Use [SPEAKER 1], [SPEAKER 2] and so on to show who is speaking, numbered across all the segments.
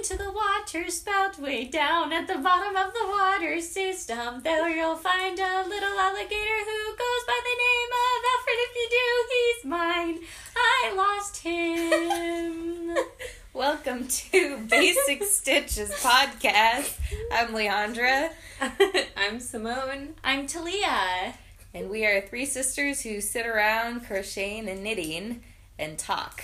[SPEAKER 1] into the water spout way down at the bottom of the water system. There you'll find a little alligator who goes by the name of Alfred. If you do, he's mine. I lost him.
[SPEAKER 2] Welcome to Basic Stitches Podcast. I'm Leandra. I'm Simone.
[SPEAKER 1] I'm Talia.
[SPEAKER 2] And we are three sisters who sit around crocheting and knitting and talk.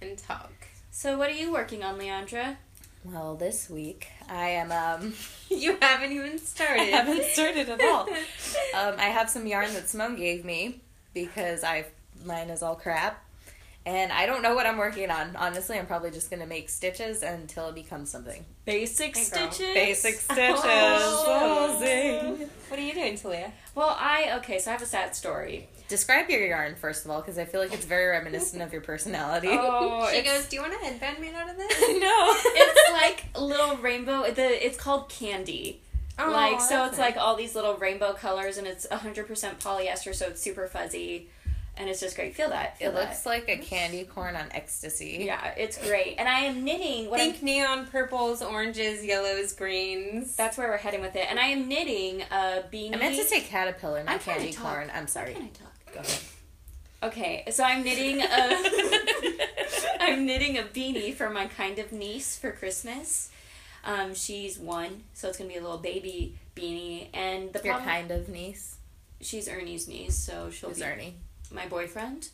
[SPEAKER 3] and talk.
[SPEAKER 1] So, what are you working on, Leandra?
[SPEAKER 2] Well, this week I am, um,
[SPEAKER 3] You haven't even
[SPEAKER 2] I
[SPEAKER 3] started.
[SPEAKER 2] haven't started at all. Um, I have some yarn that Simone gave me because I mine is all crap. And I don't know what I'm working on. Honestly, I'm probably just going to make stitches until it becomes something.
[SPEAKER 1] Basic
[SPEAKER 3] Hey, girl.
[SPEAKER 1] stitches.
[SPEAKER 2] Basic stitches.
[SPEAKER 1] Oh.
[SPEAKER 2] Oh, zing.
[SPEAKER 3] What are you doing, Talia?
[SPEAKER 1] Well, I okay. So I have a sad story.
[SPEAKER 2] Describe your yarn first of all, because I feel like it's very reminiscent of your personality.
[SPEAKER 1] Oh,
[SPEAKER 3] she
[SPEAKER 1] it's-
[SPEAKER 3] goes, "Do you want a headband made out of this?"
[SPEAKER 2] no.
[SPEAKER 1] it's like a little rainbow. The it's called candy.
[SPEAKER 3] Aw,
[SPEAKER 2] oh,
[SPEAKER 1] like so,
[SPEAKER 3] that's
[SPEAKER 1] it's
[SPEAKER 3] nice.
[SPEAKER 1] like all these little rainbow colors, and it's hundred percent polyester, so it's super fuzzy, and it's just great. Feel that? Feel
[SPEAKER 2] It looks like a candy corn on ecstasy.
[SPEAKER 1] That. Yeah, it's great. And I am knitting. What
[SPEAKER 3] think
[SPEAKER 1] I'm,
[SPEAKER 3] neon purples, oranges, yellows, greens.
[SPEAKER 1] that's where we're heading with it. And I am knitting a beanie.
[SPEAKER 2] I meant to say caterpillar, not
[SPEAKER 1] I'm trying to
[SPEAKER 2] candy
[SPEAKER 1] talk.
[SPEAKER 2] corn. I'm sorry.
[SPEAKER 1] Can I talk?
[SPEAKER 2] Go ahead.
[SPEAKER 1] Okay, so I'm knitting a I'm knitting a beanie for my kind of niece for Christmas. Um, she's one, so it's gonna be a little baby beanie. And the
[SPEAKER 2] Your
[SPEAKER 1] problem,
[SPEAKER 2] kind of niece
[SPEAKER 1] she's Ernie's niece, so she'll
[SPEAKER 2] is
[SPEAKER 1] be
[SPEAKER 2] Ernie.
[SPEAKER 1] my boyfriend.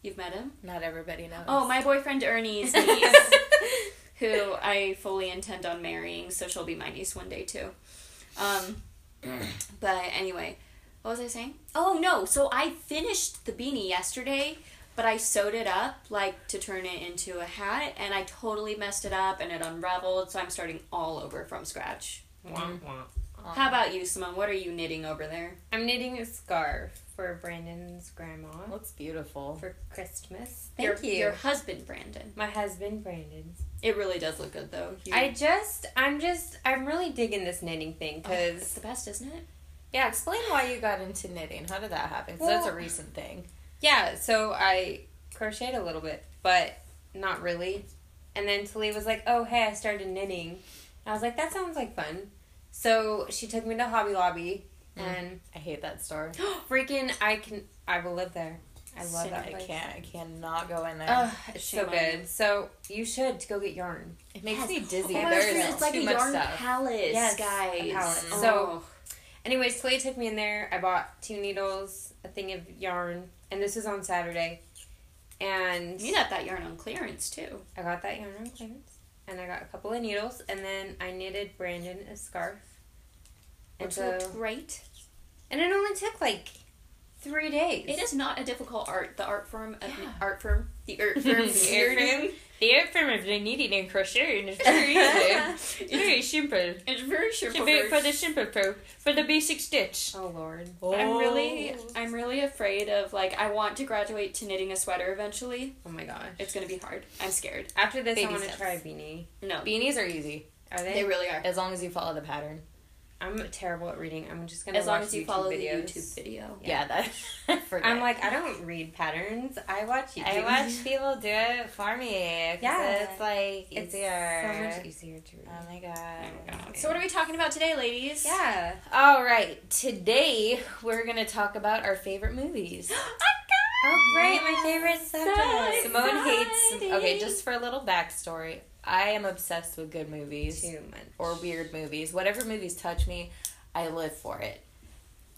[SPEAKER 1] You've met him.
[SPEAKER 2] Not everybody knows.
[SPEAKER 1] Oh, my boyfriend Ernie's niece, who I fully intend on marrying, so she'll be my niece one day too. Um, but anyway, what was I saying? Oh no! So I finished the beanie yesterday, but I sewed it up like to turn it into a hat, and I totally messed it up, and it unraveled. So I'm starting all over from scratch.
[SPEAKER 3] Mm.
[SPEAKER 2] Aw.
[SPEAKER 1] How about you, Simone? What are you knitting over there?
[SPEAKER 3] I'm knitting a scarf for Brandon's grandma
[SPEAKER 2] Looks beautiful.
[SPEAKER 3] for Christmas.
[SPEAKER 1] your, Your husband, Brandon.
[SPEAKER 3] My husband, Brandon's.
[SPEAKER 1] It really does look good though. You-
[SPEAKER 3] I just, I'm just, I'm really digging this knitting thing
[SPEAKER 1] Oh, it's
[SPEAKER 3] because,
[SPEAKER 1] the best, isn't it?
[SPEAKER 2] Yeah, explain why you got into knitting. How did that happen? 'Cause that's a
[SPEAKER 3] Well-
[SPEAKER 2] recent thing.
[SPEAKER 3] yeah, so I crocheted a little bit, but not really. And then Talia was like, oh, hey, I started knitting. And I was like, that sounds like fun. So she took me to Hobby Lobby and
[SPEAKER 2] I hate that store.
[SPEAKER 3] freaking, I can, I will live there. I love
[SPEAKER 1] Sick,
[SPEAKER 3] that
[SPEAKER 2] I
[SPEAKER 3] place.
[SPEAKER 2] can't. I cannot go in there.
[SPEAKER 3] Ugh, it's
[SPEAKER 1] Shame
[SPEAKER 3] so
[SPEAKER 1] on you.
[SPEAKER 3] good. So you should go get yarn.
[SPEAKER 2] it makes me
[SPEAKER 1] Yes.
[SPEAKER 2] dizzy.
[SPEAKER 1] Oh my
[SPEAKER 2] There's
[SPEAKER 1] goodness, it's like
[SPEAKER 2] too
[SPEAKER 1] a
[SPEAKER 2] much
[SPEAKER 1] yarn
[SPEAKER 2] stuff.
[SPEAKER 1] palette,
[SPEAKER 3] Yes, a
[SPEAKER 1] guys.
[SPEAKER 3] palette.
[SPEAKER 1] Oh.
[SPEAKER 3] So- Anyways, Talia took me in there. I bought two needles, a thing of yarn, and this was on Saturday. And
[SPEAKER 1] you got that yarn on clearance too.
[SPEAKER 3] I got that yarn on clearance, and I got a couple of needles, and then I knitted Brandon a scarf. And
[SPEAKER 1] Which
[SPEAKER 3] so,
[SPEAKER 1] looked great.
[SPEAKER 3] and it only took like three days.
[SPEAKER 1] It is not a difficult art. The art form of
[SPEAKER 3] Yeah.
[SPEAKER 1] art form, the art form,
[SPEAKER 2] The art form. The art form of the knitting and crocheting is
[SPEAKER 1] it's,
[SPEAKER 2] simple.
[SPEAKER 1] it's very simple.
[SPEAKER 2] simple folk, for the basic stitch.
[SPEAKER 3] Oh Lord.
[SPEAKER 1] I'm really,
[SPEAKER 2] Oh.
[SPEAKER 1] I'm really afraid of like I want to graduate to knitting a sweater eventually.
[SPEAKER 3] Oh my gosh.
[SPEAKER 1] It's gonna be hard. I'm scared.
[SPEAKER 3] After this,
[SPEAKER 2] Baby
[SPEAKER 3] I want to
[SPEAKER 2] steps.
[SPEAKER 3] try a beanie.
[SPEAKER 1] No,
[SPEAKER 2] Beanies are easy
[SPEAKER 3] Are they?
[SPEAKER 1] they really are.
[SPEAKER 2] as long as you follow the pattern.
[SPEAKER 3] I'm terrible at reading. I'm just gonna
[SPEAKER 1] As long
[SPEAKER 3] watch
[SPEAKER 1] as you
[SPEAKER 3] YouTube
[SPEAKER 1] follow
[SPEAKER 3] videos.
[SPEAKER 1] the YouTube video.
[SPEAKER 2] Yeah, that. I forget.
[SPEAKER 3] I'm like I don't read patterns. I watch YouTube.
[SPEAKER 2] I watch people do it for me.
[SPEAKER 3] Yeah.
[SPEAKER 2] Yeah, it's like
[SPEAKER 3] It's
[SPEAKER 2] easier.
[SPEAKER 3] so much easier Um, to read.
[SPEAKER 2] Oh my god.
[SPEAKER 1] Oh my God. So what are we talking about today, ladies?
[SPEAKER 3] Yeah.
[SPEAKER 2] All right, today we're gonna talk about our favorite movies.
[SPEAKER 3] Oh, great. My favorite subject.
[SPEAKER 1] So
[SPEAKER 2] Simone hates.
[SPEAKER 1] exciting.
[SPEAKER 2] Okay, just for a little backstory, I am obsessed with good movies.
[SPEAKER 3] Too much.
[SPEAKER 2] or weird movies. Whatever movies touch me, I live for it.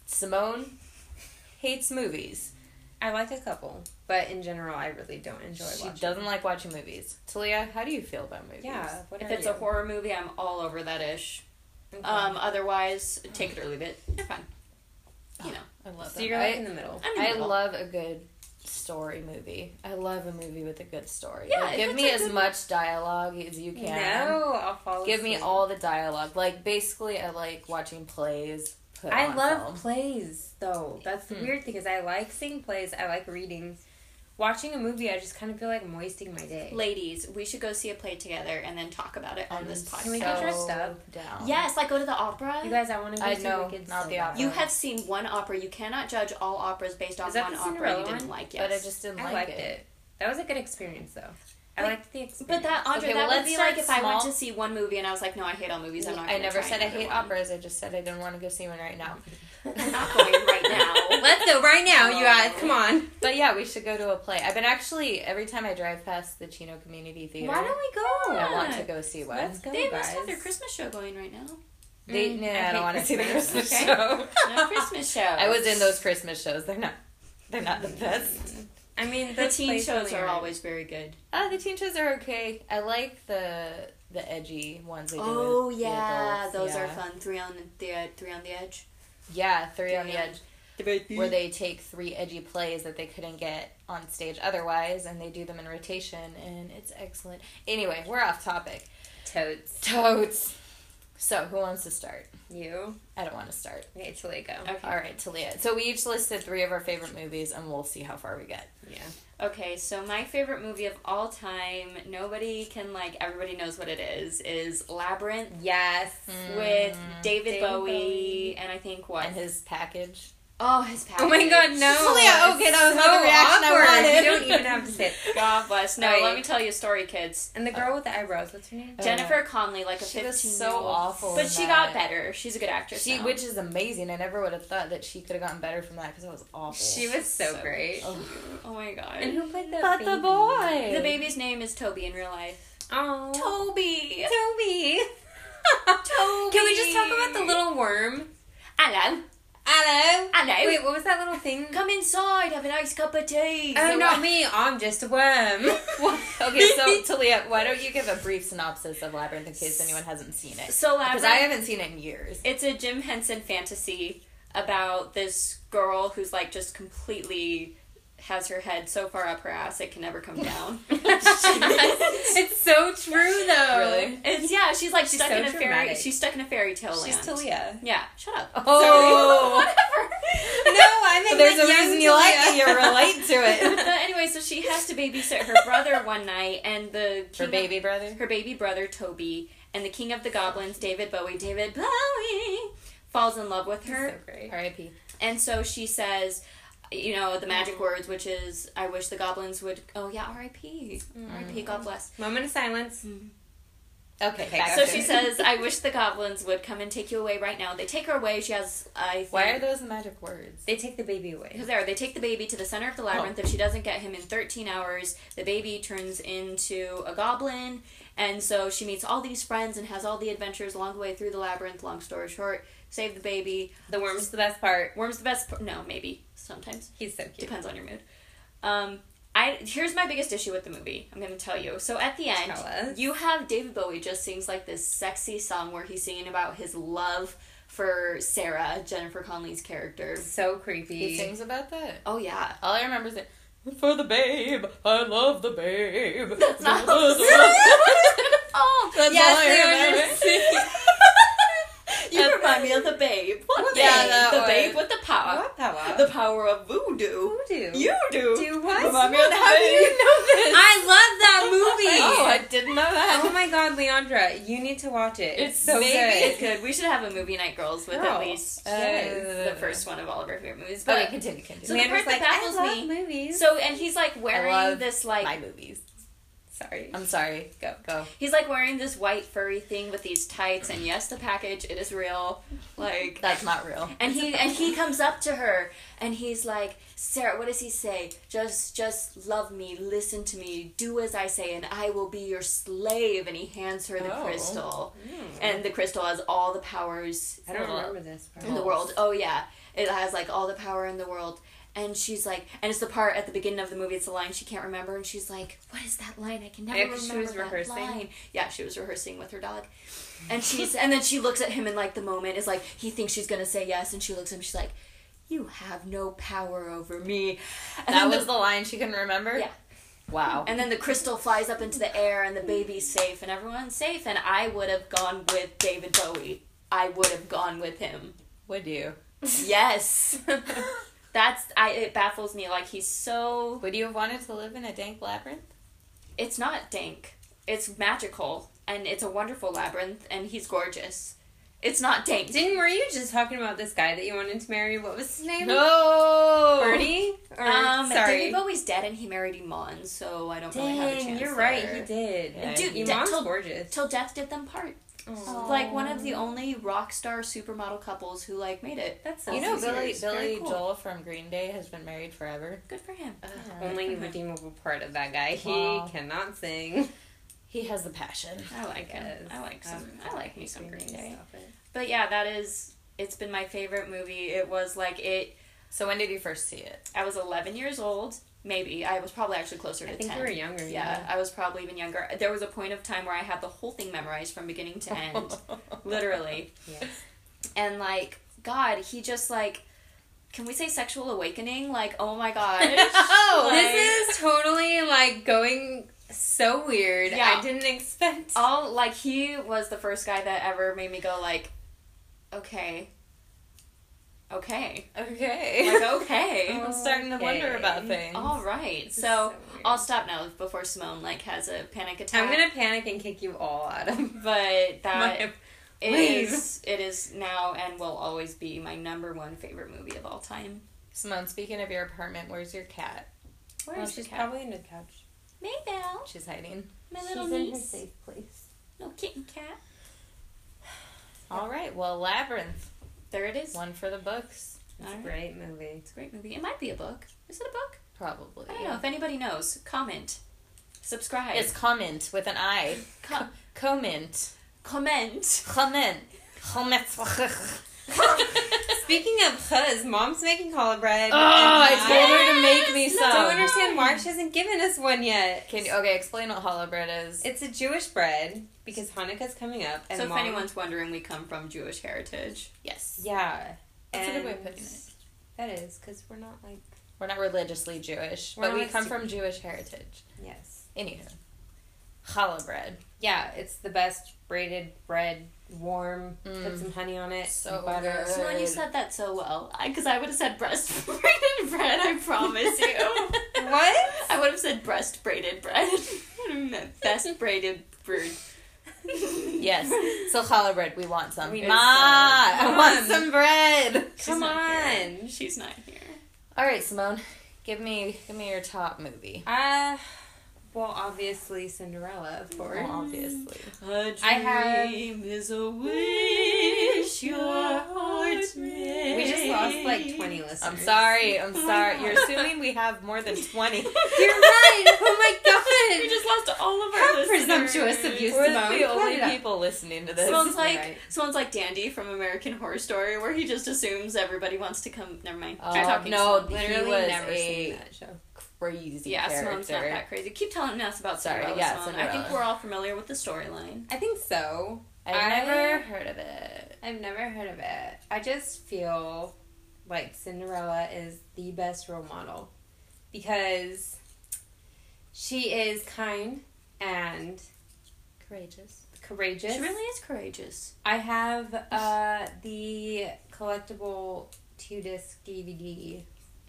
[SPEAKER 2] Simone hates movies.
[SPEAKER 3] I liked a couple, but in general, I really don't enjoy
[SPEAKER 2] she
[SPEAKER 3] watching.
[SPEAKER 2] doesn't like watching movies. Talia, how do you feel about movies?
[SPEAKER 3] Yeah. What
[SPEAKER 1] If
[SPEAKER 3] are
[SPEAKER 1] it's
[SPEAKER 3] you?
[SPEAKER 1] a horror movie, I'm all over that ish.
[SPEAKER 3] Okay.
[SPEAKER 1] Um, otherwise, take it or leave it. They're fine. You know,
[SPEAKER 2] I love
[SPEAKER 3] so
[SPEAKER 2] them.
[SPEAKER 3] you're like in
[SPEAKER 2] I,
[SPEAKER 3] the middle.
[SPEAKER 1] I'm in the
[SPEAKER 2] I
[SPEAKER 1] middle.
[SPEAKER 2] love a good story movie. I love a movie with a good story.
[SPEAKER 1] Yeah,
[SPEAKER 2] Like,
[SPEAKER 1] if
[SPEAKER 2] give
[SPEAKER 1] it's
[SPEAKER 2] me
[SPEAKER 1] a
[SPEAKER 2] as
[SPEAKER 1] good-
[SPEAKER 2] much dialogue as you can.
[SPEAKER 3] No, I'll follow.
[SPEAKER 2] Give me all the dialogue. Like basically, I like watching plays. Put
[SPEAKER 3] I
[SPEAKER 2] on
[SPEAKER 3] love
[SPEAKER 2] film.
[SPEAKER 3] plays though. That's the
[SPEAKER 2] Hmm.
[SPEAKER 3] weird thing is I like seeing plays. I like reading. Watching a movie, I just kind of feel like I'm wasting my day.
[SPEAKER 1] ladies, we should go see a play together and then talk about it on
[SPEAKER 2] I'm
[SPEAKER 1] this podcast.
[SPEAKER 3] Can we get dressed up?
[SPEAKER 2] Down.
[SPEAKER 1] yes, like go to the opera.
[SPEAKER 3] You guys, I want to go
[SPEAKER 2] I
[SPEAKER 3] see
[SPEAKER 2] know,
[SPEAKER 3] Wicked
[SPEAKER 2] not
[SPEAKER 3] so
[SPEAKER 2] the
[SPEAKER 3] bad.
[SPEAKER 2] opera.
[SPEAKER 1] You have seen one opera. You cannot judge all operas based on
[SPEAKER 3] Is that
[SPEAKER 1] one
[SPEAKER 3] the
[SPEAKER 1] opera
[SPEAKER 3] Cinderella
[SPEAKER 1] you didn't
[SPEAKER 3] one?
[SPEAKER 1] like. Yes.
[SPEAKER 2] but I just didn't
[SPEAKER 3] I
[SPEAKER 2] like
[SPEAKER 3] liked
[SPEAKER 2] it.
[SPEAKER 3] it. That was a good experience though. I liked the experience.
[SPEAKER 1] But that Audrey,
[SPEAKER 2] Okay, well,
[SPEAKER 1] that would
[SPEAKER 2] let's
[SPEAKER 1] be
[SPEAKER 2] start
[SPEAKER 1] like if I went
[SPEAKER 2] small.
[SPEAKER 1] to see one movie and I was like, no, I hate all movies. I'm not.
[SPEAKER 2] I
[SPEAKER 1] gonna
[SPEAKER 2] never
[SPEAKER 1] try
[SPEAKER 2] said I
[SPEAKER 1] another
[SPEAKER 2] hate
[SPEAKER 1] one."
[SPEAKER 2] operas. I just said I didn't want to go see one right now.
[SPEAKER 1] I'm not going right now.
[SPEAKER 3] Let's go right now, you guys. Come on.
[SPEAKER 2] But yeah, we should go to a play. I've been actually every time I drive past the Chino Community Theater,
[SPEAKER 3] Why don't we go?
[SPEAKER 2] I want to go see one.
[SPEAKER 3] Let's go,
[SPEAKER 1] They
[SPEAKER 3] guys.
[SPEAKER 1] must have their Christmas show going right now.
[SPEAKER 2] They,
[SPEAKER 3] Mm,
[SPEAKER 2] no,
[SPEAKER 3] I
[SPEAKER 2] I,
[SPEAKER 3] hate
[SPEAKER 2] don't want to see the
[SPEAKER 3] Christmas.
[SPEAKER 2] Christmas
[SPEAKER 1] Okay.
[SPEAKER 2] show.
[SPEAKER 1] No Christmas show.
[SPEAKER 2] I was in those Christmas shows. They're not. They're not the best.
[SPEAKER 1] Mm.
[SPEAKER 3] I mean,
[SPEAKER 1] The
[SPEAKER 3] those
[SPEAKER 1] teen
[SPEAKER 3] plays
[SPEAKER 1] shows
[SPEAKER 3] really
[SPEAKER 1] are always very good.
[SPEAKER 2] Uh, the teen shows are okay. I like the the edgy ones. They do
[SPEAKER 1] Oh
[SPEAKER 2] with the
[SPEAKER 1] yeah,
[SPEAKER 2] adults,
[SPEAKER 1] those are
[SPEAKER 2] yeah.
[SPEAKER 1] fun. Three on the uh, three on the edge.
[SPEAKER 2] Yeah, three on the
[SPEAKER 1] Yeah.
[SPEAKER 2] edge, where they take three edgy plays that they couldn't get on stage otherwise, and they do them in rotation, and it's excellent. Anyway, we're off topic.
[SPEAKER 3] Toads.
[SPEAKER 2] Totes. So, who wants to start?
[SPEAKER 3] You.
[SPEAKER 2] I don't want to start.
[SPEAKER 3] Okay, till they go.
[SPEAKER 1] Okay.
[SPEAKER 2] All right, Talia. So we each listed three of our favorite movies, and we'll see how far we get.
[SPEAKER 3] Yeah.
[SPEAKER 1] Okay, so my favorite movie of all time, nobody can like everybody knows what it is, is Labyrinth
[SPEAKER 3] Yes.
[SPEAKER 1] Mm. with David,
[SPEAKER 3] David
[SPEAKER 1] Bowie,
[SPEAKER 3] Bowie.
[SPEAKER 1] and I think what?
[SPEAKER 2] Mm. And his package.
[SPEAKER 1] oh, his package.
[SPEAKER 3] Oh my god, no.
[SPEAKER 2] Talia, okay, that was not the reaction I
[SPEAKER 3] awkward.
[SPEAKER 2] wanted.
[SPEAKER 3] You don't even have to sit.
[SPEAKER 1] God bless. No,
[SPEAKER 3] Right.
[SPEAKER 1] let me tell you a story, kids.
[SPEAKER 3] And the girl with the eyebrows, what's her name?
[SPEAKER 2] Oh,
[SPEAKER 1] Jennifer Conley, like a
[SPEAKER 2] She
[SPEAKER 1] 15
[SPEAKER 2] was
[SPEAKER 1] year
[SPEAKER 2] so
[SPEAKER 1] old.
[SPEAKER 2] awful.
[SPEAKER 1] But
[SPEAKER 2] in
[SPEAKER 1] she got
[SPEAKER 2] that.
[SPEAKER 1] better. She's a good actress.
[SPEAKER 2] She,
[SPEAKER 1] now.
[SPEAKER 2] which is amazing. I never would have thought that she could have gotten better from that because that was awful.
[SPEAKER 3] She was Oh, so,
[SPEAKER 1] So-
[SPEAKER 3] great.
[SPEAKER 2] Ugh.
[SPEAKER 1] Oh my god.
[SPEAKER 3] And who played the
[SPEAKER 2] But the
[SPEAKER 3] baby?
[SPEAKER 2] boy.
[SPEAKER 1] the baby's name is Toby in real life.
[SPEAKER 3] Oh.
[SPEAKER 1] Toby.
[SPEAKER 3] Toby.
[SPEAKER 1] Toby.
[SPEAKER 3] Can we just talk about the little worm?
[SPEAKER 1] Hello.
[SPEAKER 3] Hello.
[SPEAKER 1] Hello. Oh,
[SPEAKER 3] Wait, what was that little thing?
[SPEAKER 1] Come inside. Have a nice cup of tea.
[SPEAKER 3] Oh,
[SPEAKER 1] So-
[SPEAKER 3] not me. I'm just a worm.
[SPEAKER 2] What? Okay, so Talia, why don't you give a brief synopsis of Labyrinth in case anyone hasn't seen it?
[SPEAKER 1] So
[SPEAKER 2] Because
[SPEAKER 1] Labyrinth.
[SPEAKER 2] I haven't seen it in years.
[SPEAKER 1] it's a Jim Henson fantasy about this girl who's like just completely has her head so far up her ass it can never come down.
[SPEAKER 3] it's so true, though.
[SPEAKER 2] Really?
[SPEAKER 1] It's yeah, she's like
[SPEAKER 3] She's
[SPEAKER 1] stuck
[SPEAKER 3] so
[SPEAKER 1] in a fairy.
[SPEAKER 3] dramatic.
[SPEAKER 1] She's stuck in a fairy tale
[SPEAKER 3] She's
[SPEAKER 1] land.
[SPEAKER 3] Talia.
[SPEAKER 1] yeah, shut up.
[SPEAKER 2] Oh.
[SPEAKER 1] Sorry.
[SPEAKER 3] No, I meant
[SPEAKER 2] So there's
[SPEAKER 3] like
[SPEAKER 2] a
[SPEAKER 3] young
[SPEAKER 2] reason you like it.
[SPEAKER 3] Talia.
[SPEAKER 2] You relate to
[SPEAKER 1] Whatever.
[SPEAKER 2] it.
[SPEAKER 1] but anyway, so she has to babysit her brother one night, and the
[SPEAKER 2] Her
[SPEAKER 1] king
[SPEAKER 2] baby brother.
[SPEAKER 1] of, her baby brother Toby, and the king of the goblins, David Bowie. David Bowie falls in love with her,
[SPEAKER 3] So great.
[SPEAKER 2] R.I.P.
[SPEAKER 1] And so she says, you know, the magic words, which is, I wish the goblins would. Oh, yeah, RIP. RIP, God bless.
[SPEAKER 3] Moment of silence.
[SPEAKER 2] Okay,
[SPEAKER 3] Okay,
[SPEAKER 2] back
[SPEAKER 1] So
[SPEAKER 2] to
[SPEAKER 1] she
[SPEAKER 2] it.
[SPEAKER 1] says, I wish the goblins would come and take you away right now. They take her away. She has, I think.
[SPEAKER 2] "Why are those the magic words?"
[SPEAKER 3] They take the baby away.
[SPEAKER 1] Because there, they take the baby to the center of the
[SPEAKER 2] Oh.
[SPEAKER 1] labyrinth. If she doesn't get him in 13 hours, the baby turns into a goblin. And so she meets all these friends and has all the adventures along the way through the labyrinth. Long story short, save the baby.
[SPEAKER 3] The worm's the best part.
[SPEAKER 1] Worm's the best. p- No, maybe. Sometimes.
[SPEAKER 3] He's so cute.
[SPEAKER 1] depends on your mood. Um, I here's my biggest issue with the movie. I'm gonna tell you. So at the end,
[SPEAKER 3] Tell us.
[SPEAKER 1] you have David Bowie just sings like this sexy song where he's singing about his love for Sarah, Jennifer Conley's character.
[SPEAKER 3] So creepy.
[SPEAKER 2] He sings about that.
[SPEAKER 1] Oh yeah,
[SPEAKER 2] All I remember is that for the babe, I love the babe.
[SPEAKER 1] That's not-
[SPEAKER 2] oh, that's
[SPEAKER 3] Yes,
[SPEAKER 2] all I
[SPEAKER 3] they were
[SPEAKER 2] remember.
[SPEAKER 3] just
[SPEAKER 1] you remind me of the Babe. What
[SPEAKER 2] Yeah,
[SPEAKER 1] babe?
[SPEAKER 2] that
[SPEAKER 1] the
[SPEAKER 2] one.
[SPEAKER 1] Babe with the power,
[SPEAKER 3] What power?
[SPEAKER 1] the power of voodoo.
[SPEAKER 3] Voodoo.
[SPEAKER 1] You do.
[SPEAKER 3] do what?
[SPEAKER 2] Remind me of the
[SPEAKER 3] How do you
[SPEAKER 2] babe.
[SPEAKER 3] know this? I love that movie.
[SPEAKER 2] Oh, I didn't know
[SPEAKER 3] Oh
[SPEAKER 2] that.
[SPEAKER 3] my god, Leandra, you need to watch it. It's,
[SPEAKER 2] It's
[SPEAKER 3] so
[SPEAKER 2] maybe-
[SPEAKER 1] It's
[SPEAKER 3] good.
[SPEAKER 1] good. We should have a movie night, girls, with
[SPEAKER 3] Girl.
[SPEAKER 1] at least
[SPEAKER 2] Yes.
[SPEAKER 1] the first one of all of our favorite movies. But
[SPEAKER 2] Okay, continue, continue.
[SPEAKER 1] So the part that
[SPEAKER 3] I
[SPEAKER 1] baffles
[SPEAKER 3] love
[SPEAKER 1] me-
[SPEAKER 3] movies.
[SPEAKER 1] so and he's like
[SPEAKER 2] I
[SPEAKER 1] wearing
[SPEAKER 2] love
[SPEAKER 1] this like
[SPEAKER 2] my movies.
[SPEAKER 3] Sorry.
[SPEAKER 2] I'm sorry. Go, go.
[SPEAKER 1] He's like wearing this white furry thing with these tights, and yes, the package it is real. Like,
[SPEAKER 2] That's not real.
[SPEAKER 1] and he and he comes up to her, and he's like, Sarah, what does he say? Just, just love me, listen to me, do as I say, and I will be your slave. And he hands her the
[SPEAKER 2] Oh.
[SPEAKER 1] crystal, and the crystal has all the powers
[SPEAKER 3] I don't remember this part.
[SPEAKER 1] in the world. Oh yeah, it has like all the power in the world. And she's like, and it's the part at the beginning of the movie. It's the line she can't remember, and she's like, "What is that line? I can never
[SPEAKER 3] Yeah, 'cause
[SPEAKER 1] remember
[SPEAKER 3] she was
[SPEAKER 1] that
[SPEAKER 3] rehearsing.
[SPEAKER 1] line." Yeah, she was rehearsing with her dog, and she's, and then she looks at him, and like the moment is like he thinks she's gonna say yes, and she looks at him, she's like, "You have no power over me." And
[SPEAKER 2] That
[SPEAKER 1] then the-
[SPEAKER 2] was the line she couldn't remember?
[SPEAKER 1] Yeah.
[SPEAKER 2] Wow.
[SPEAKER 1] and then the crystal flies up into the air, and the baby's safe, and everyone's safe. And I would have gone with David Bowie. I would have gone with him.
[SPEAKER 2] Would you?
[SPEAKER 1] Yes. That's I. It baffles me. Like he's so.
[SPEAKER 2] Would you have wanted to live in a dank labyrinth?
[SPEAKER 1] It's not dank. It's magical, and it's a wonderful labyrinth, and he's gorgeous. It's not tanked.
[SPEAKER 3] Didn't were you just talking about this guy that you wanted to marry? What was his name?
[SPEAKER 2] No.
[SPEAKER 3] Birdie? Or,
[SPEAKER 1] um,
[SPEAKER 3] sorry.
[SPEAKER 1] David Bowie's dead and he married Iman, so I don't really have a
[SPEAKER 3] Dang,
[SPEAKER 1] chance.
[SPEAKER 3] you're right.
[SPEAKER 1] there.
[SPEAKER 3] He did.
[SPEAKER 2] Yeah,
[SPEAKER 1] Dude,
[SPEAKER 3] Dude,
[SPEAKER 1] that
[SPEAKER 3] Iman's
[SPEAKER 1] told-
[SPEAKER 3] gorgeous.
[SPEAKER 1] Till death did them part.
[SPEAKER 3] Aw.
[SPEAKER 1] Like one of the only rock star supermodel couples who like made it.
[SPEAKER 3] That's
[SPEAKER 2] You know
[SPEAKER 1] These
[SPEAKER 2] Billy
[SPEAKER 1] years. Very
[SPEAKER 2] Billy
[SPEAKER 1] cool.
[SPEAKER 2] Joel from Green Day has been married forever.
[SPEAKER 1] Good for him.
[SPEAKER 3] only redeemable part of that guy. He
[SPEAKER 2] Wow.
[SPEAKER 3] cannot sing.
[SPEAKER 2] He has the passion.
[SPEAKER 1] I like him.
[SPEAKER 3] Yes.
[SPEAKER 1] I like some.
[SPEAKER 3] Um,
[SPEAKER 1] I like me some Green
[SPEAKER 3] Please
[SPEAKER 1] Day.
[SPEAKER 3] stop it.
[SPEAKER 1] But yeah, that is. It's been my favorite movie. It was like it.
[SPEAKER 2] So when did you first see it?
[SPEAKER 1] I was 11 years old. Maybe I was probably actually closer to
[SPEAKER 3] I think
[SPEAKER 1] 10.
[SPEAKER 3] you were younger.
[SPEAKER 1] yeah, I was probably even younger. There was a point of time where I had the whole thing memorized from beginning to end, literally.
[SPEAKER 3] Yes.
[SPEAKER 1] And like, God, he just like, can we say sexual awakening? Like, oh my God.
[SPEAKER 3] Oh,
[SPEAKER 1] Like-
[SPEAKER 3] this is totally like going so weird.
[SPEAKER 1] Yeah.
[SPEAKER 3] I didn't expect.
[SPEAKER 1] all like he was the first guy that ever made me go like okay okay
[SPEAKER 2] Okay.
[SPEAKER 1] like okay
[SPEAKER 2] I'm starting to wonder
[SPEAKER 3] Okay.
[SPEAKER 2] about things.
[SPEAKER 1] all right
[SPEAKER 3] is
[SPEAKER 1] so
[SPEAKER 3] so weird.
[SPEAKER 1] i'll stop now before simone like has a panic attack
[SPEAKER 3] I'm gonna panic and kick you all out of
[SPEAKER 1] but that
[SPEAKER 3] my.
[SPEAKER 1] it
[SPEAKER 3] leave.
[SPEAKER 1] is it is now and will always be my number one favorite movie of all time
[SPEAKER 2] Simone, speaking of your apartment, where's your cat?
[SPEAKER 1] where's
[SPEAKER 3] Well,
[SPEAKER 1] your
[SPEAKER 3] she's
[SPEAKER 1] cat
[SPEAKER 3] probably in the couch.
[SPEAKER 1] maybell
[SPEAKER 2] She's hiding.
[SPEAKER 1] my little niece
[SPEAKER 3] place.
[SPEAKER 1] no kitten cat
[SPEAKER 2] All right. Well, Labyrinth,
[SPEAKER 1] there it is
[SPEAKER 2] one for the books,
[SPEAKER 1] All
[SPEAKER 3] It's a
[SPEAKER 1] right.
[SPEAKER 3] great movie.
[SPEAKER 1] it's a great movie it might be a book is it a book
[SPEAKER 2] probably.
[SPEAKER 1] i don't know if anybody knows comment subscribe
[SPEAKER 2] It's comment with an I.
[SPEAKER 1] Com-
[SPEAKER 2] Comment.
[SPEAKER 1] comment
[SPEAKER 2] Comment. Comment.
[SPEAKER 3] Speaking of hers, mom's making challah bread.
[SPEAKER 2] Oh,
[SPEAKER 3] and
[SPEAKER 2] I told her to
[SPEAKER 1] Yes,
[SPEAKER 2] make me
[SPEAKER 1] no.
[SPEAKER 2] some.
[SPEAKER 3] I don't understand why she hasn't given us one yet.
[SPEAKER 2] Can you, okay, explain what hollow bread is.
[SPEAKER 3] It's a Jewish bread because Hanukkah's coming up. And
[SPEAKER 1] so if
[SPEAKER 3] Mom-
[SPEAKER 1] anyone's wondering, we come from Jewish heritage.
[SPEAKER 2] yes.
[SPEAKER 3] yeah,
[SPEAKER 2] That's a good way of
[SPEAKER 3] And
[SPEAKER 2] putting it.
[SPEAKER 3] That is because we're not like
[SPEAKER 2] We're not religiously Jewish,
[SPEAKER 3] We're
[SPEAKER 2] but
[SPEAKER 3] not
[SPEAKER 2] we
[SPEAKER 3] like
[SPEAKER 2] come
[SPEAKER 3] super-
[SPEAKER 2] from Jewish heritage.
[SPEAKER 3] yes.
[SPEAKER 2] Anywho, challah bread.
[SPEAKER 3] Yeah, it's the best braided bread, warm.
[SPEAKER 2] Mm.
[SPEAKER 3] Put some honey on it,
[SPEAKER 2] So
[SPEAKER 3] butter.
[SPEAKER 2] good.
[SPEAKER 1] Simone, you said that so well. Because I, would have said breast braided bread, I promise you.
[SPEAKER 3] What?
[SPEAKER 1] I would have said breast braided bread. I would've meant Best braided bread.
[SPEAKER 2] Yes. So challah bread, we want some.
[SPEAKER 3] We need
[SPEAKER 2] Ma,
[SPEAKER 3] some.
[SPEAKER 2] I want
[SPEAKER 3] Come.
[SPEAKER 2] some bread.
[SPEAKER 1] She's
[SPEAKER 3] Come
[SPEAKER 1] not here.
[SPEAKER 3] on.
[SPEAKER 1] She's not here.
[SPEAKER 2] All right, Simone, give me give me your top movie.
[SPEAKER 3] Uh, well, obviously Cinderella, of course.
[SPEAKER 2] Well, obviously.
[SPEAKER 1] A dream
[SPEAKER 3] I have-
[SPEAKER 1] is a wish your heart
[SPEAKER 3] We just lost like twenty listeners.
[SPEAKER 2] I'm sorry. I'm sorry.
[SPEAKER 1] God.
[SPEAKER 2] You're assuming we have more than 20.
[SPEAKER 3] You're right. Oh my god.
[SPEAKER 1] We just lost all of our
[SPEAKER 3] How
[SPEAKER 1] listeners.
[SPEAKER 3] presumptuous of you,
[SPEAKER 2] We're
[SPEAKER 3] Simone,
[SPEAKER 2] the
[SPEAKER 3] cut
[SPEAKER 2] only
[SPEAKER 3] it out.
[SPEAKER 2] people listening to this.
[SPEAKER 1] Someone's
[SPEAKER 3] Right.
[SPEAKER 1] like someone's like Dandy from American Horror Story, where he just assumes everybody wants to come. Never mind.
[SPEAKER 2] Oh,
[SPEAKER 1] Keep talking.
[SPEAKER 2] no,
[SPEAKER 1] Simone.
[SPEAKER 2] he
[SPEAKER 3] literally
[SPEAKER 2] was
[SPEAKER 3] never
[SPEAKER 2] a-
[SPEAKER 3] seen that show.
[SPEAKER 2] Crazy
[SPEAKER 1] yeah, Simone's not
[SPEAKER 2] character.
[SPEAKER 1] that crazy. Keep telling us about
[SPEAKER 2] Sorry,
[SPEAKER 1] Cinderella.
[SPEAKER 2] yeah,
[SPEAKER 1] Simone. I
[SPEAKER 2] Cinderella.
[SPEAKER 1] think we're all familiar with the storyline.
[SPEAKER 3] I think so.
[SPEAKER 2] I've
[SPEAKER 3] I-
[SPEAKER 2] never heard of it.
[SPEAKER 3] I've never heard of it. I just feel like Cinderella is the best role model because she is kind and
[SPEAKER 2] Courageous.
[SPEAKER 3] courageous.
[SPEAKER 1] She really is courageous.
[SPEAKER 3] I have uh, the collectible two disc DVD.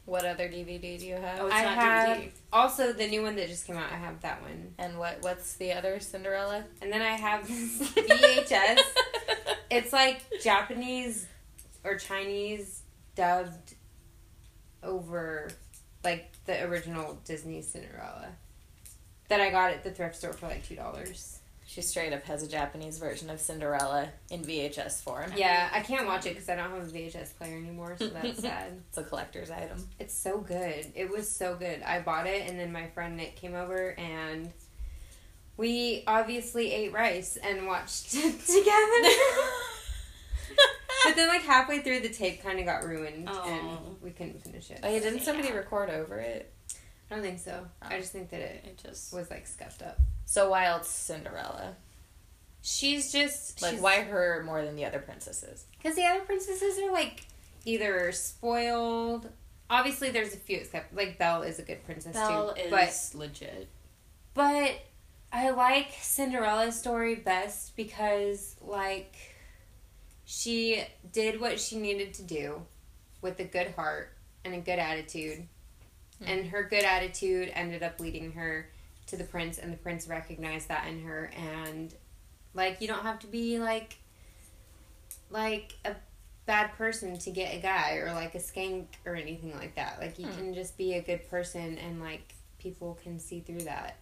[SPEAKER 2] What other DVD do you have?
[SPEAKER 1] Oh, it's
[SPEAKER 3] I
[SPEAKER 1] not
[SPEAKER 3] have-
[SPEAKER 1] DVD.
[SPEAKER 3] Also, the new one that just came out, I have that one.
[SPEAKER 2] And what what's the other Cinderella?
[SPEAKER 3] And then I have this VHS. it's like Japanese or Chinese dubbed over like the original Disney Cinderella that I got at the thrift store for like two dollars.
[SPEAKER 2] She straight up has a Japanese version of Cinderella in VHS form.
[SPEAKER 3] Yeah, I can't watch it because I don't have a VHS player anymore, so that's sad.
[SPEAKER 2] It's a collector's item.
[SPEAKER 3] It's so good. It was so good. I bought it, and then my friend Nick came over, and we obviously ate rice and watched it together. but then, like halfway through, the tape kind of got ruined,
[SPEAKER 1] Oh.
[SPEAKER 3] and we couldn't finish it.
[SPEAKER 2] Oh, yeah, didn't
[SPEAKER 1] Yeah.
[SPEAKER 2] somebody record over it?
[SPEAKER 3] I don't think so.
[SPEAKER 2] Oh.
[SPEAKER 3] I just think that it
[SPEAKER 1] It just
[SPEAKER 3] was like scuffed up.
[SPEAKER 2] So why else Cinderella?
[SPEAKER 3] She's just
[SPEAKER 2] Like why her more than the other princesses?
[SPEAKER 3] Because the other princesses are like either spoiled. Obviously, there's a few except like Belle is a good princess
[SPEAKER 1] Belle
[SPEAKER 3] too.
[SPEAKER 1] is
[SPEAKER 3] But
[SPEAKER 1] legit.
[SPEAKER 3] But I like Cinderella's story best because, like, she did what she needed to do with a good heart and a good attitude. And her good attitude ended up leading her to the prince, and the prince recognized that in her. And, like, you don't have to be, like, like a bad person to get a guy or like a skank or anything like that. Like you
[SPEAKER 2] Hmm.
[SPEAKER 3] can just be a good person and like people can see through that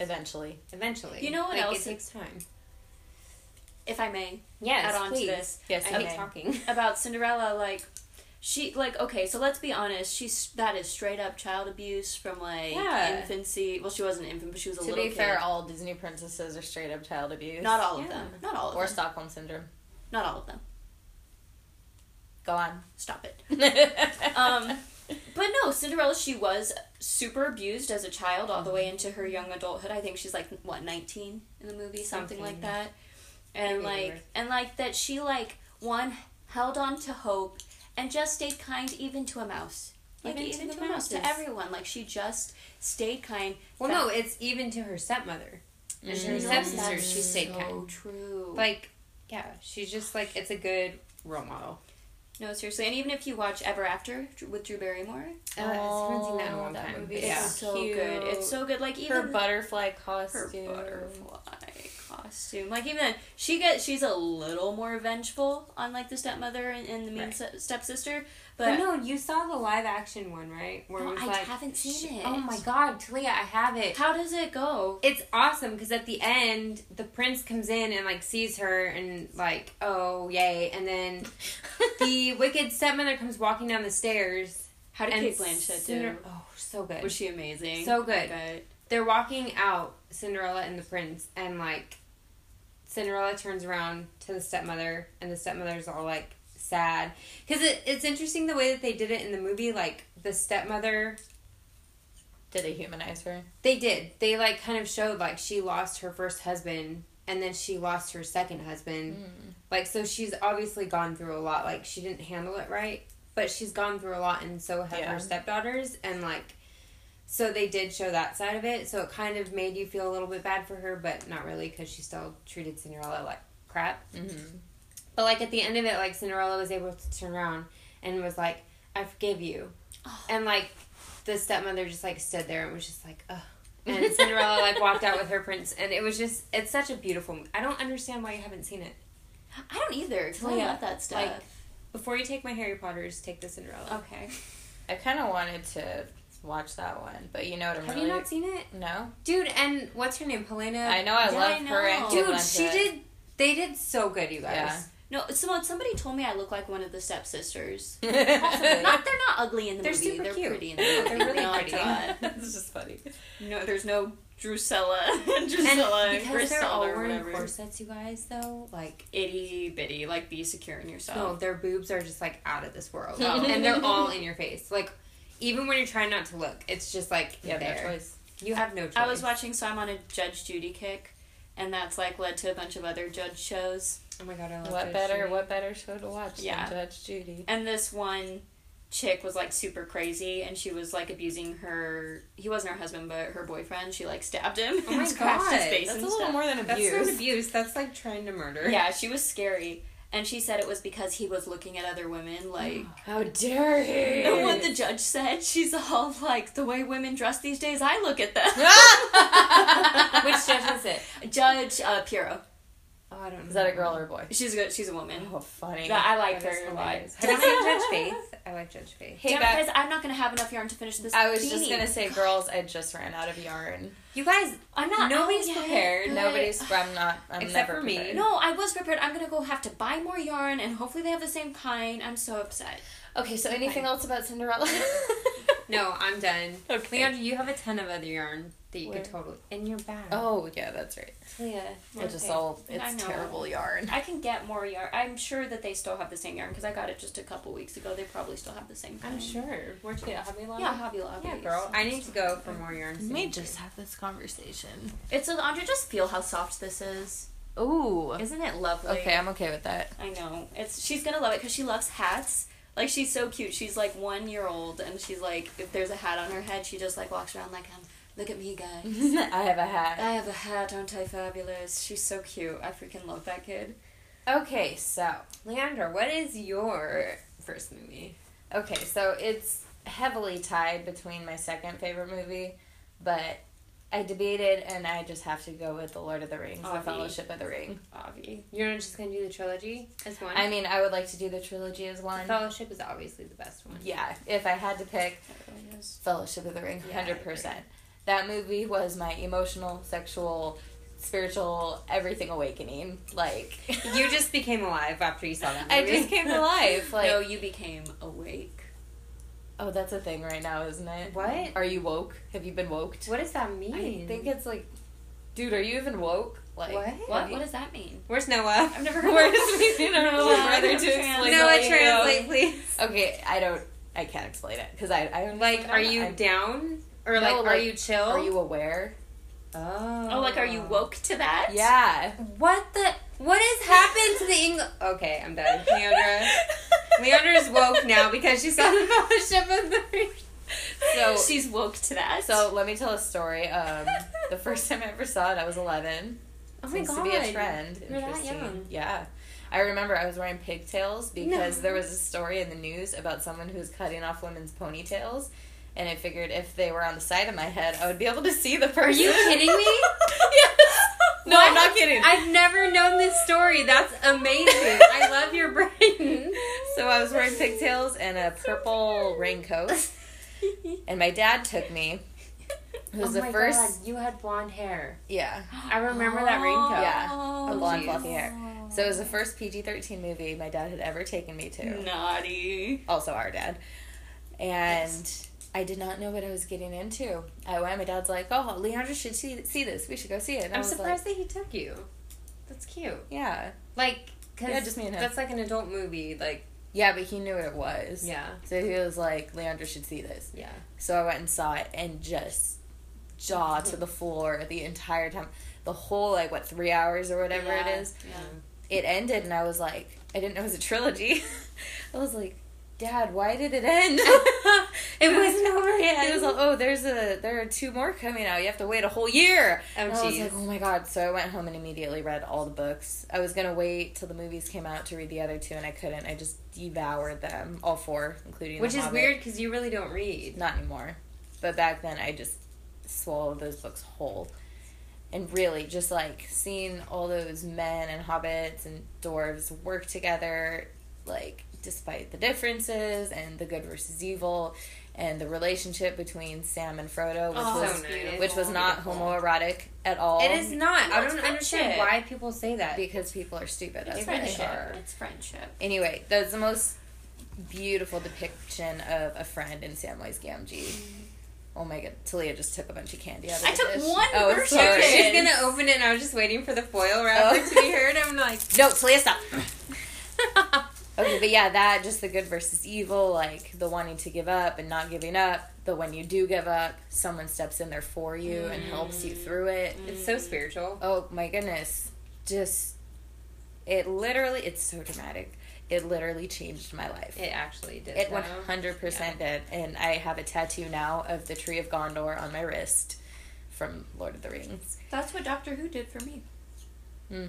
[SPEAKER 2] Eventually.
[SPEAKER 3] eventually.
[SPEAKER 1] You know what
[SPEAKER 3] like,
[SPEAKER 1] else-
[SPEAKER 3] It takes time.
[SPEAKER 1] if I may,
[SPEAKER 3] Yes,
[SPEAKER 1] add on
[SPEAKER 3] please.
[SPEAKER 1] to this
[SPEAKER 2] Yes,
[SPEAKER 3] I
[SPEAKER 1] okay.
[SPEAKER 3] hate talking.
[SPEAKER 1] about Cinderella, like she like okay, so let's be honest, she's that is straight up child abuse from like
[SPEAKER 3] Yeah.
[SPEAKER 1] infancy. Well, she wasn't an infant, but she was a
[SPEAKER 2] To
[SPEAKER 1] little
[SPEAKER 2] be
[SPEAKER 1] kid.
[SPEAKER 2] fair, all Disney princesses are straight up child abuse.
[SPEAKER 1] not all of
[SPEAKER 3] Yeah.
[SPEAKER 1] them. Not all of
[SPEAKER 2] Or
[SPEAKER 1] them.
[SPEAKER 2] Stockholm syndrome.
[SPEAKER 1] Not all of them.
[SPEAKER 2] Go on.
[SPEAKER 1] Stop it. Um, But no, Cinderella, she was super abused as a child all the way into her young adulthood. I think she's like what nineteen in the movie, something, like
[SPEAKER 3] Something.
[SPEAKER 1] that. And
[SPEAKER 3] Maybe
[SPEAKER 1] like
[SPEAKER 3] over.
[SPEAKER 1] and like that she like one held on to hope and just stayed kind even to a mouse. Like
[SPEAKER 3] Even
[SPEAKER 1] even,
[SPEAKER 3] to
[SPEAKER 1] to,
[SPEAKER 3] the
[SPEAKER 1] a mouse to
[SPEAKER 3] mouses.
[SPEAKER 1] everyone. Like she just stayed kind.
[SPEAKER 3] well, no, it's even to her stepmother. And
[SPEAKER 2] Mm.
[SPEAKER 3] her
[SPEAKER 2] No,
[SPEAKER 3] stepsister,
[SPEAKER 1] that's
[SPEAKER 3] she stayed
[SPEAKER 1] so
[SPEAKER 3] kind.
[SPEAKER 1] True.
[SPEAKER 3] Like, yeah, she's just like it's a good role model.
[SPEAKER 1] no, seriously. And even if you watch Ever After with Drew Barrymore,
[SPEAKER 3] Uh, I haven't seen that in a
[SPEAKER 2] Oh,
[SPEAKER 3] long
[SPEAKER 2] that
[SPEAKER 3] time.
[SPEAKER 2] movie
[SPEAKER 1] it's
[SPEAKER 3] but
[SPEAKER 2] is
[SPEAKER 3] yeah.
[SPEAKER 1] so
[SPEAKER 2] Cute.
[SPEAKER 1] good. It's so good. Like even
[SPEAKER 2] her butterfly costume.
[SPEAKER 1] her butterfly costume. Like even then, she gets she's a little more vengeful on like the stepmother and, and the mean
[SPEAKER 3] Right.
[SPEAKER 1] se- stepsister, but
[SPEAKER 3] But no, you saw the live action one, right? Where
[SPEAKER 1] No,
[SPEAKER 3] it was
[SPEAKER 1] I
[SPEAKER 3] like,
[SPEAKER 1] haven't seen it.
[SPEAKER 3] Oh my god, Talia, I have it.
[SPEAKER 1] how does it go?
[SPEAKER 3] It's awesome because at the end, the prince comes in and like sees her and like, oh yay! And then the wicked stepmother comes walking down the stairs.
[SPEAKER 1] How did
[SPEAKER 3] and
[SPEAKER 1] Kate Blanchett do?
[SPEAKER 3] Cinder- Oh, so good.
[SPEAKER 1] Was she amazing?
[SPEAKER 3] So good.
[SPEAKER 1] I bet.
[SPEAKER 3] They're walking out, Cinderella and the prince, and like Cinderella turns around to the stepmother, and the stepmother's all like sad because it, it's interesting the way that they did it in the movie. Like the stepmother
[SPEAKER 2] Did they humanize her?
[SPEAKER 3] They did. They like kind of showed like she lost her first husband and then she lost her second husband. Like so she's obviously gone through a lot. Like she didn't handle it right, but she's gone through a lot and so have
[SPEAKER 2] Yeah.
[SPEAKER 3] her stepdaughters and like so they did show that side of it. So it kind of made you feel a little bit bad for her, but not really cuz she still treated Cinderella like crap.
[SPEAKER 2] Mm-hmm.
[SPEAKER 3] But like at the end of it like Cinderella was able to turn around and was like, "I forgive you."
[SPEAKER 1] Oh.
[SPEAKER 3] And like the stepmother just like stood there and was just like, "Ugh." and Cinderella like walked out with her prince, and it was just it's such a beautiful. mo- I don't understand why you haven't seen it.
[SPEAKER 1] I don't either because I
[SPEAKER 3] Yeah,
[SPEAKER 1] love that stuff.
[SPEAKER 3] Before you take my Harry Potter's, take the Cinderella.
[SPEAKER 1] okay,
[SPEAKER 2] I kind of wanted to watch that one, but you know what I'm
[SPEAKER 3] Have
[SPEAKER 2] Oh, really
[SPEAKER 3] you not seen it,
[SPEAKER 2] no.
[SPEAKER 3] dude? And what's her name, Helena?
[SPEAKER 2] I know I
[SPEAKER 1] Yeah,
[SPEAKER 2] love
[SPEAKER 1] I
[SPEAKER 2] her.
[SPEAKER 1] know.
[SPEAKER 2] And Kate
[SPEAKER 3] dude,
[SPEAKER 2] Blanchett.
[SPEAKER 3] she did. They did so good, you guys.
[SPEAKER 2] Yeah.
[SPEAKER 1] no, someone somebody told me I look like one of the stepsisters.
[SPEAKER 3] Possibly.
[SPEAKER 1] not they're not ugly in the
[SPEAKER 3] They're
[SPEAKER 1] movie.
[SPEAKER 3] super
[SPEAKER 1] they're
[SPEAKER 3] cute.
[SPEAKER 1] pretty in the movie.
[SPEAKER 3] They're really
[SPEAKER 1] No,
[SPEAKER 3] pretty.
[SPEAKER 1] God.
[SPEAKER 2] It's just funny.
[SPEAKER 1] No, there's no Drusilla,
[SPEAKER 3] And
[SPEAKER 1] Drusilla, and
[SPEAKER 3] because they're all
[SPEAKER 1] Grisella, or
[SPEAKER 3] wearing
[SPEAKER 1] whatever.
[SPEAKER 3] corsets, you guys, though, like
[SPEAKER 1] Itty bitty, like be secure in yourself.
[SPEAKER 3] No, their boobs are just like out of this world,
[SPEAKER 2] Oh.
[SPEAKER 3] and they're all in your face. Like, even when you're trying not to look, it's just like
[SPEAKER 2] You have
[SPEAKER 3] there.
[SPEAKER 2] no choice.
[SPEAKER 3] You have no choice.
[SPEAKER 1] I was watching, so I'm on a Judge Judy kick, and that's like led to a bunch of other judge shows.
[SPEAKER 3] Oh my god, I love
[SPEAKER 2] What
[SPEAKER 3] Judge
[SPEAKER 2] better?
[SPEAKER 3] Judy.
[SPEAKER 2] What better show to watch
[SPEAKER 1] Yeah.
[SPEAKER 2] than Judge Judy?
[SPEAKER 1] And this one chick was like super crazy, and she was like abusing her. He wasn't her husband, but her boyfriend. She like stabbed him
[SPEAKER 3] Oh my
[SPEAKER 1] and scratched his
[SPEAKER 3] God,
[SPEAKER 1] face
[SPEAKER 2] That's a
[SPEAKER 1] and
[SPEAKER 2] little
[SPEAKER 1] stuff.
[SPEAKER 2] more than
[SPEAKER 3] That's
[SPEAKER 2] abuse.
[SPEAKER 3] not abuse. That's like trying to murder.
[SPEAKER 1] Yeah, she was scary, and she said it was because he was looking at other
[SPEAKER 3] Oh.
[SPEAKER 1] women like.
[SPEAKER 2] How dare he?
[SPEAKER 1] And what the judge said, she's all like, the way women dress these days, I look at them.
[SPEAKER 3] Which judge is it?
[SPEAKER 1] judge uh, Piero.
[SPEAKER 3] Oh, I don't know.
[SPEAKER 2] Is that a girl or a boy?
[SPEAKER 1] She's good. She's a woman.
[SPEAKER 2] Oh, funny.
[SPEAKER 1] Yeah, I like
[SPEAKER 3] That is
[SPEAKER 1] her a lot.
[SPEAKER 3] hilarious. Have you seen Judge Faith? I like Judge Faith.
[SPEAKER 2] Hey,
[SPEAKER 1] Damn it,
[SPEAKER 2] back-
[SPEAKER 1] guys, I'm not gonna have enough yarn to finish this.
[SPEAKER 2] I was just
[SPEAKER 1] beanie.
[SPEAKER 2] gonna say, girls, I just ran out of yarn.
[SPEAKER 3] You guys,
[SPEAKER 1] I'm not.
[SPEAKER 3] Nobody's
[SPEAKER 1] out yet,
[SPEAKER 3] prepared.
[SPEAKER 1] but-
[SPEAKER 2] Nobody's. I'm not. I'm
[SPEAKER 3] Except
[SPEAKER 2] never
[SPEAKER 3] for me.
[SPEAKER 2] prepared.
[SPEAKER 1] No, I was prepared. I'm gonna go have to buy more yarn, and hopefully they have the same kind. I'm so upset.
[SPEAKER 2] Okay, so anything else about Cinderella?
[SPEAKER 3] no, I'm done.
[SPEAKER 2] Okay.
[SPEAKER 3] Leandra, you have a ton of other yarn that you
[SPEAKER 2] Where?
[SPEAKER 3] could totally in your bag.
[SPEAKER 2] Oh yeah, that's right.
[SPEAKER 3] Leah.
[SPEAKER 2] It just
[SPEAKER 1] Okay.
[SPEAKER 2] all
[SPEAKER 1] I
[SPEAKER 2] it's
[SPEAKER 1] know.
[SPEAKER 2] terrible yarn.
[SPEAKER 1] I can get more yarn. I'm sure that they still have the same yarn because I got it just a couple weeks ago. They probably still have the same. Kind.
[SPEAKER 3] I'm sure. Where'd you get it? Hobby Lobby?
[SPEAKER 1] Yeah, Hobby Lobby.
[SPEAKER 3] Yeah, girl. I need to go for more yarn. soon.
[SPEAKER 2] have this conversation.
[SPEAKER 1] It's a Andre. Just feel how soft this is.
[SPEAKER 2] Ooh.
[SPEAKER 1] Isn't it lovely?
[SPEAKER 2] Okay, I'm okay with that.
[SPEAKER 1] I know. It's she's gonna love it because she loves hats. Like she's so cute. She's like one year old, and she's like, if there's a hat on her head, she just like walks around like, um, look at me, guys.
[SPEAKER 2] I have a hat.
[SPEAKER 1] I have a hat, aren't I fabulous? She's so cute. I freaking love that kid.
[SPEAKER 2] Okay, so
[SPEAKER 3] Leandra, what is your first movie?
[SPEAKER 2] okay, so it's heavily tied between my second favorite movie, but I debated, and I just have to go with the Lord of the Rings,
[SPEAKER 3] Avi.
[SPEAKER 2] the Fellowship of the Ring.
[SPEAKER 1] Avi.
[SPEAKER 3] You're not just gonna do the trilogy as one.
[SPEAKER 2] I mean, I would like to do the trilogy as one.
[SPEAKER 3] Fellowship is obviously the best one.
[SPEAKER 2] yeah, if I had to pick
[SPEAKER 1] That really is.
[SPEAKER 2] Fellowship of the Ring,
[SPEAKER 3] Yeah, I
[SPEAKER 2] hundred percent. That movie was my emotional, sexual, spiritual, everything awakening. Like
[SPEAKER 3] You just became alive after you saw that
[SPEAKER 2] I
[SPEAKER 3] movie.
[SPEAKER 2] just came to life. Like
[SPEAKER 1] no, you became awake.
[SPEAKER 2] oh, that's a thing right now, isn't it?
[SPEAKER 3] What?
[SPEAKER 2] Are you woke? Have you been woke?
[SPEAKER 3] What does that mean?
[SPEAKER 2] I think it's like, dude, are you even woke? Like
[SPEAKER 3] What?
[SPEAKER 1] What? What does that mean?
[SPEAKER 3] Where's Noah?
[SPEAKER 1] I've never heard
[SPEAKER 2] Where's
[SPEAKER 1] of
[SPEAKER 2] me? I don't know
[SPEAKER 1] Noah,
[SPEAKER 2] whether to
[SPEAKER 1] trans-
[SPEAKER 2] explain.
[SPEAKER 3] Noah,
[SPEAKER 2] it, you know.
[SPEAKER 3] translate, please.
[SPEAKER 2] Okay, I don't. I can't explain it because I, I don't
[SPEAKER 3] Like,
[SPEAKER 2] even
[SPEAKER 3] are
[SPEAKER 2] know.
[SPEAKER 3] you
[SPEAKER 2] I'm-
[SPEAKER 3] down or
[SPEAKER 2] No,
[SPEAKER 3] like, are
[SPEAKER 2] like,
[SPEAKER 3] you chill?
[SPEAKER 2] are you aware?
[SPEAKER 3] Oh.
[SPEAKER 1] Oh, like are you woke to that?
[SPEAKER 2] Yeah.
[SPEAKER 3] What the? What has happened to the English? Okay, I'm done. Leandra. Leandra's woke now because she saw the Fellowship of the Ring.
[SPEAKER 2] So
[SPEAKER 1] She's woke to that.
[SPEAKER 2] so let me tell a story. Um, the first time I ever saw it, I was eleven.
[SPEAKER 3] Oh my
[SPEAKER 2] Seems
[SPEAKER 3] god.
[SPEAKER 2] to be a trend.
[SPEAKER 3] You're that
[SPEAKER 2] Interesting.
[SPEAKER 3] young.
[SPEAKER 2] Yeah. I remember I was wearing pigtails because
[SPEAKER 3] No.
[SPEAKER 2] there was a story in the news about someone who was cutting off women's ponytails. And I figured if they were on the side of my head, I would be able to see the person.
[SPEAKER 3] you kidding me?
[SPEAKER 2] yes. No, I'm not kidding.
[SPEAKER 3] I've never known this story. That's amazing. I love your brain.
[SPEAKER 2] So I was wearing pigtails and a purple raincoat, and my dad took me. It
[SPEAKER 3] Oh
[SPEAKER 2] was the first,
[SPEAKER 3] you had blonde hair.
[SPEAKER 2] yeah.
[SPEAKER 3] I remember that raincoat.
[SPEAKER 2] Yeah,
[SPEAKER 1] Yeah.
[SPEAKER 2] a blonde
[SPEAKER 3] jeez.
[SPEAKER 2] fluffy hair. So it was the
[SPEAKER 3] Oh.
[SPEAKER 2] first PG thirteen movie my dad had ever taken me to.
[SPEAKER 1] Naughty.
[SPEAKER 2] Also our dad, and I did not know what I was getting into. I went. My dad's like, "Oh, Leandra should see see this. We should go see it." And I
[SPEAKER 3] I'm
[SPEAKER 2] was
[SPEAKER 3] surprised
[SPEAKER 2] Like,
[SPEAKER 3] that he took you. That's cute.
[SPEAKER 2] yeah,
[SPEAKER 3] Like, cause
[SPEAKER 2] Yeah, just me and him.
[SPEAKER 3] that's like an adult movie. Like,
[SPEAKER 2] yeah, but he knew what it was.
[SPEAKER 3] yeah,
[SPEAKER 2] So he was like, "Leandra should see this."
[SPEAKER 3] yeah.
[SPEAKER 2] So I went and saw it and just jaw to the floor the entire time. The whole like what three hours or whatever it is. It ended and I was like, I didn't know it was a trilogy. I was like, Dad, why did it end?
[SPEAKER 3] it wasn't over yet.
[SPEAKER 2] it was like, oh, there's a there are two more coming out. You have to wait a whole year.
[SPEAKER 3] oh
[SPEAKER 2] And I was
[SPEAKER 3] jeez.
[SPEAKER 2] like, oh my god. So I went home and immediately read all the books. I was gonna wait till the movies came out to read the other two, and I couldn't. I just devoured them all four, including
[SPEAKER 3] Which
[SPEAKER 2] The
[SPEAKER 3] is
[SPEAKER 2] Hobbit.
[SPEAKER 3] weird because you really don't read.
[SPEAKER 2] Not anymore. But back then, I just swallowed those books whole. And really, just like seeing all those men and hobbits and dwarves work together, like despite the differences and the good versus evil, and the relationship between Sam and Frodo, which
[SPEAKER 1] Oh,
[SPEAKER 2] was
[SPEAKER 3] so
[SPEAKER 1] beautiful.
[SPEAKER 2] which was not
[SPEAKER 1] Beautiful.
[SPEAKER 2] homoerotic at all.
[SPEAKER 3] It is not. I
[SPEAKER 1] That's
[SPEAKER 3] don't understand
[SPEAKER 1] bullshit.
[SPEAKER 3] why people say that.
[SPEAKER 2] because people are stupid.
[SPEAKER 1] It's
[SPEAKER 2] That's
[SPEAKER 3] They
[SPEAKER 2] what
[SPEAKER 3] really
[SPEAKER 2] they
[SPEAKER 1] friendship.
[SPEAKER 2] are.
[SPEAKER 1] It's friendship.
[SPEAKER 2] Anyway, that's the most beautiful depiction of a friend in Samwise Gamgee. Oh my god, Talia just took a bunch of candy out of
[SPEAKER 1] I
[SPEAKER 2] the
[SPEAKER 1] took
[SPEAKER 2] dish.
[SPEAKER 1] one
[SPEAKER 2] Oh,
[SPEAKER 1] version.
[SPEAKER 2] sorry.
[SPEAKER 3] She's gonna open it, and I was just waiting for the foil wrapper
[SPEAKER 2] Oh.
[SPEAKER 3] to be heard. I'm like,
[SPEAKER 2] No, Talia, stop. Okay, but yeah, that just the good versus evil, like the wanting to give up and not giving up. The when you do give up, someone steps in there for you and helps you through it.
[SPEAKER 3] it's so spiritual.
[SPEAKER 2] Oh my goodness. Just it literally it's so dramatic. It literally changed my life.
[SPEAKER 3] It actually did.
[SPEAKER 2] It
[SPEAKER 3] though.
[SPEAKER 2] one hundred percent did, and I have a tattoo now of the tree of Gondor on my wrist from Lord of the Rings.
[SPEAKER 1] That's what Doctor Who did for me.
[SPEAKER 2] Mm.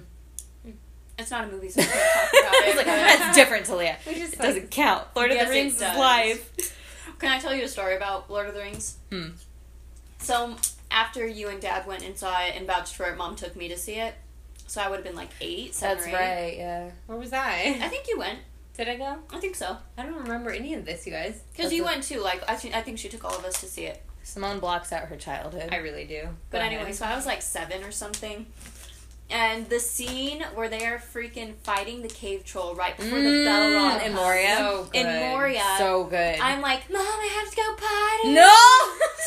[SPEAKER 1] It's not a movie, so I can't talk about
[SPEAKER 2] It's
[SPEAKER 1] it.
[SPEAKER 2] like, That's different, Talia.
[SPEAKER 3] We just
[SPEAKER 2] It
[SPEAKER 3] like-
[SPEAKER 2] doesn't count. Lord of
[SPEAKER 1] Yes,
[SPEAKER 2] the
[SPEAKER 1] it
[SPEAKER 2] Rings is
[SPEAKER 1] does.
[SPEAKER 2] live.
[SPEAKER 1] Can I tell you a story about Lord of the Rings?
[SPEAKER 2] Hmm.
[SPEAKER 1] So after you and Dad went and saw it and vouched for it, Mom took me to see it. So I would have been like eight, seven,
[SPEAKER 2] That's
[SPEAKER 1] or eight.
[SPEAKER 2] right. Yeah.
[SPEAKER 3] Where was
[SPEAKER 1] I
[SPEAKER 3] I?
[SPEAKER 1] think you went.
[SPEAKER 3] Did I go?
[SPEAKER 1] I think so.
[SPEAKER 3] I don't remember any of this, you guys.
[SPEAKER 1] Because
[SPEAKER 2] That's
[SPEAKER 1] you
[SPEAKER 2] it.
[SPEAKER 1] went too. Like I, thi- I think she took all of us to see it.
[SPEAKER 2] Simone blocks out her childhood.
[SPEAKER 3] I really do.
[SPEAKER 1] But
[SPEAKER 3] Go
[SPEAKER 1] anyway,
[SPEAKER 3] ahead.
[SPEAKER 1] so I was like seven or something. And the scene where they are freaking fighting the cave troll right before the bell
[SPEAKER 2] Mm,
[SPEAKER 1] rock
[SPEAKER 2] in Moria.
[SPEAKER 3] So good.
[SPEAKER 1] in Moria,
[SPEAKER 2] so good.
[SPEAKER 1] I'm like, Mom, I have to go potty.
[SPEAKER 2] no,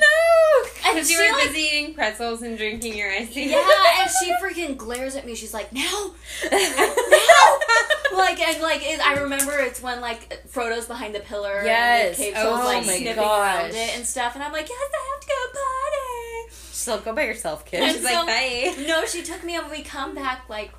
[SPEAKER 2] Talia, no.
[SPEAKER 1] and
[SPEAKER 3] Because
[SPEAKER 1] she
[SPEAKER 3] you were
[SPEAKER 1] like,
[SPEAKER 3] busy eating pretzels and drinking your icy.
[SPEAKER 1] yeah, and she freaking glares at me. She's like, No, like and like it, I remember it's when like Frodo's behind the pillar.
[SPEAKER 2] Yes.
[SPEAKER 1] And the cave
[SPEAKER 2] Oh
[SPEAKER 1] troll's, like,
[SPEAKER 2] my
[SPEAKER 1] sniffing
[SPEAKER 2] gosh.
[SPEAKER 1] around it and stuff, and I'm like, yes, I have to go
[SPEAKER 2] so go by yourself, kid.
[SPEAKER 1] And
[SPEAKER 3] She's like,
[SPEAKER 1] so-
[SPEAKER 3] bye.
[SPEAKER 1] potty. No, she took me and we come back like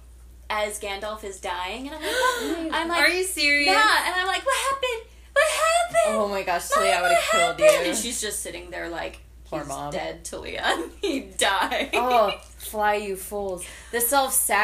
[SPEAKER 1] as Gandalf is dying, and I'm like, I'm like,
[SPEAKER 3] Are you serious?
[SPEAKER 1] yeah, and I'm like, what happened? What happened?
[SPEAKER 2] oh my gosh,
[SPEAKER 1] Mom,
[SPEAKER 2] Talia, I would
[SPEAKER 1] what
[SPEAKER 2] have
[SPEAKER 1] happened?" And
[SPEAKER 2] killed you.
[SPEAKER 1] she's just sitting there like,
[SPEAKER 2] Poor
[SPEAKER 1] "He's
[SPEAKER 2] mom.
[SPEAKER 1] dead, Talia. he died.
[SPEAKER 2] Oh, fly you fools! The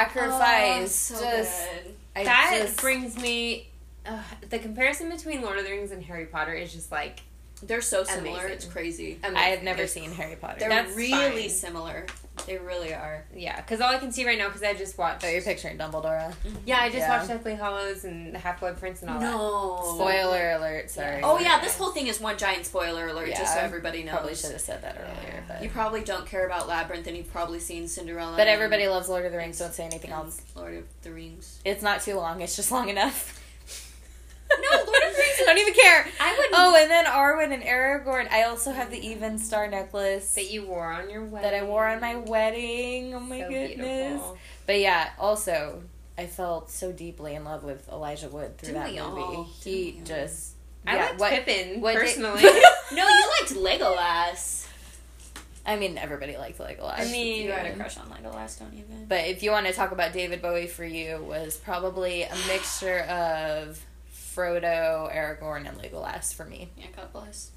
[SPEAKER 2] self-sacrifice.
[SPEAKER 1] Oh, so
[SPEAKER 2] just,
[SPEAKER 1] good.
[SPEAKER 2] I
[SPEAKER 3] that
[SPEAKER 2] just-
[SPEAKER 3] brings me. Uh, the comparison between Lord of the Rings and Harry Potter is just like
[SPEAKER 1] They're so similar.
[SPEAKER 3] Amazing.
[SPEAKER 1] It's crazy.
[SPEAKER 2] I have never seen Harry Potter.
[SPEAKER 1] They're
[SPEAKER 3] That's
[SPEAKER 1] really
[SPEAKER 3] fine.
[SPEAKER 1] similar. They really are.
[SPEAKER 3] Yeah, because all I can see right now, because I just watched.
[SPEAKER 2] Oh, you're picturing Dumbledore.
[SPEAKER 3] Yeah, I just
[SPEAKER 2] Yeah.
[SPEAKER 3] watched Deathly Hollows and The Half Blood Prince and all that.
[SPEAKER 1] No.
[SPEAKER 2] Spoiler alert. Sorry.
[SPEAKER 1] Oh yeah, this whole thing is one giant spoiler alert, just so
[SPEAKER 2] Yeah.
[SPEAKER 1] everybody knows.
[SPEAKER 2] Probably should have said that earlier, but
[SPEAKER 1] You probably don't care about Labyrinth, and you've probably seen Cinderella.
[SPEAKER 2] but
[SPEAKER 1] and-
[SPEAKER 2] everybody loves Lord of the Rings. Don't say anything
[SPEAKER 1] and
[SPEAKER 2] else.
[SPEAKER 1] Lord of the Rings.
[SPEAKER 2] It's not too long. It's just long enough.
[SPEAKER 1] No, Lord of the Rings.
[SPEAKER 2] don't even care.
[SPEAKER 1] I wouldn't.
[SPEAKER 2] Oh, and then Arwen and Aragorn. I also have the even star necklace
[SPEAKER 3] That you wore on your wedding.
[SPEAKER 2] that I wore on my wedding. Oh my
[SPEAKER 3] So
[SPEAKER 2] goodness.
[SPEAKER 3] beautiful.
[SPEAKER 2] But yeah, also I felt so deeply in love with Elijah Wood through
[SPEAKER 1] Didn't
[SPEAKER 2] that
[SPEAKER 1] we
[SPEAKER 2] movie.
[SPEAKER 1] all?
[SPEAKER 2] He
[SPEAKER 1] Didn't we all?
[SPEAKER 2] just
[SPEAKER 3] I
[SPEAKER 2] yeah,
[SPEAKER 3] liked
[SPEAKER 2] what-
[SPEAKER 3] Pippin
[SPEAKER 2] what did-
[SPEAKER 3] personally.
[SPEAKER 2] Oh,
[SPEAKER 1] no, you liked Legolas.
[SPEAKER 2] I mean, everybody liked Legolas.
[SPEAKER 3] I mean,
[SPEAKER 1] You had a crush on Legolas, don't you? Vin?
[SPEAKER 2] but if you want to talk about David Bowie for you, was probably a mixture of Frodo, Aragorn, and Legolas for me,
[SPEAKER 1] Yeah, God bless.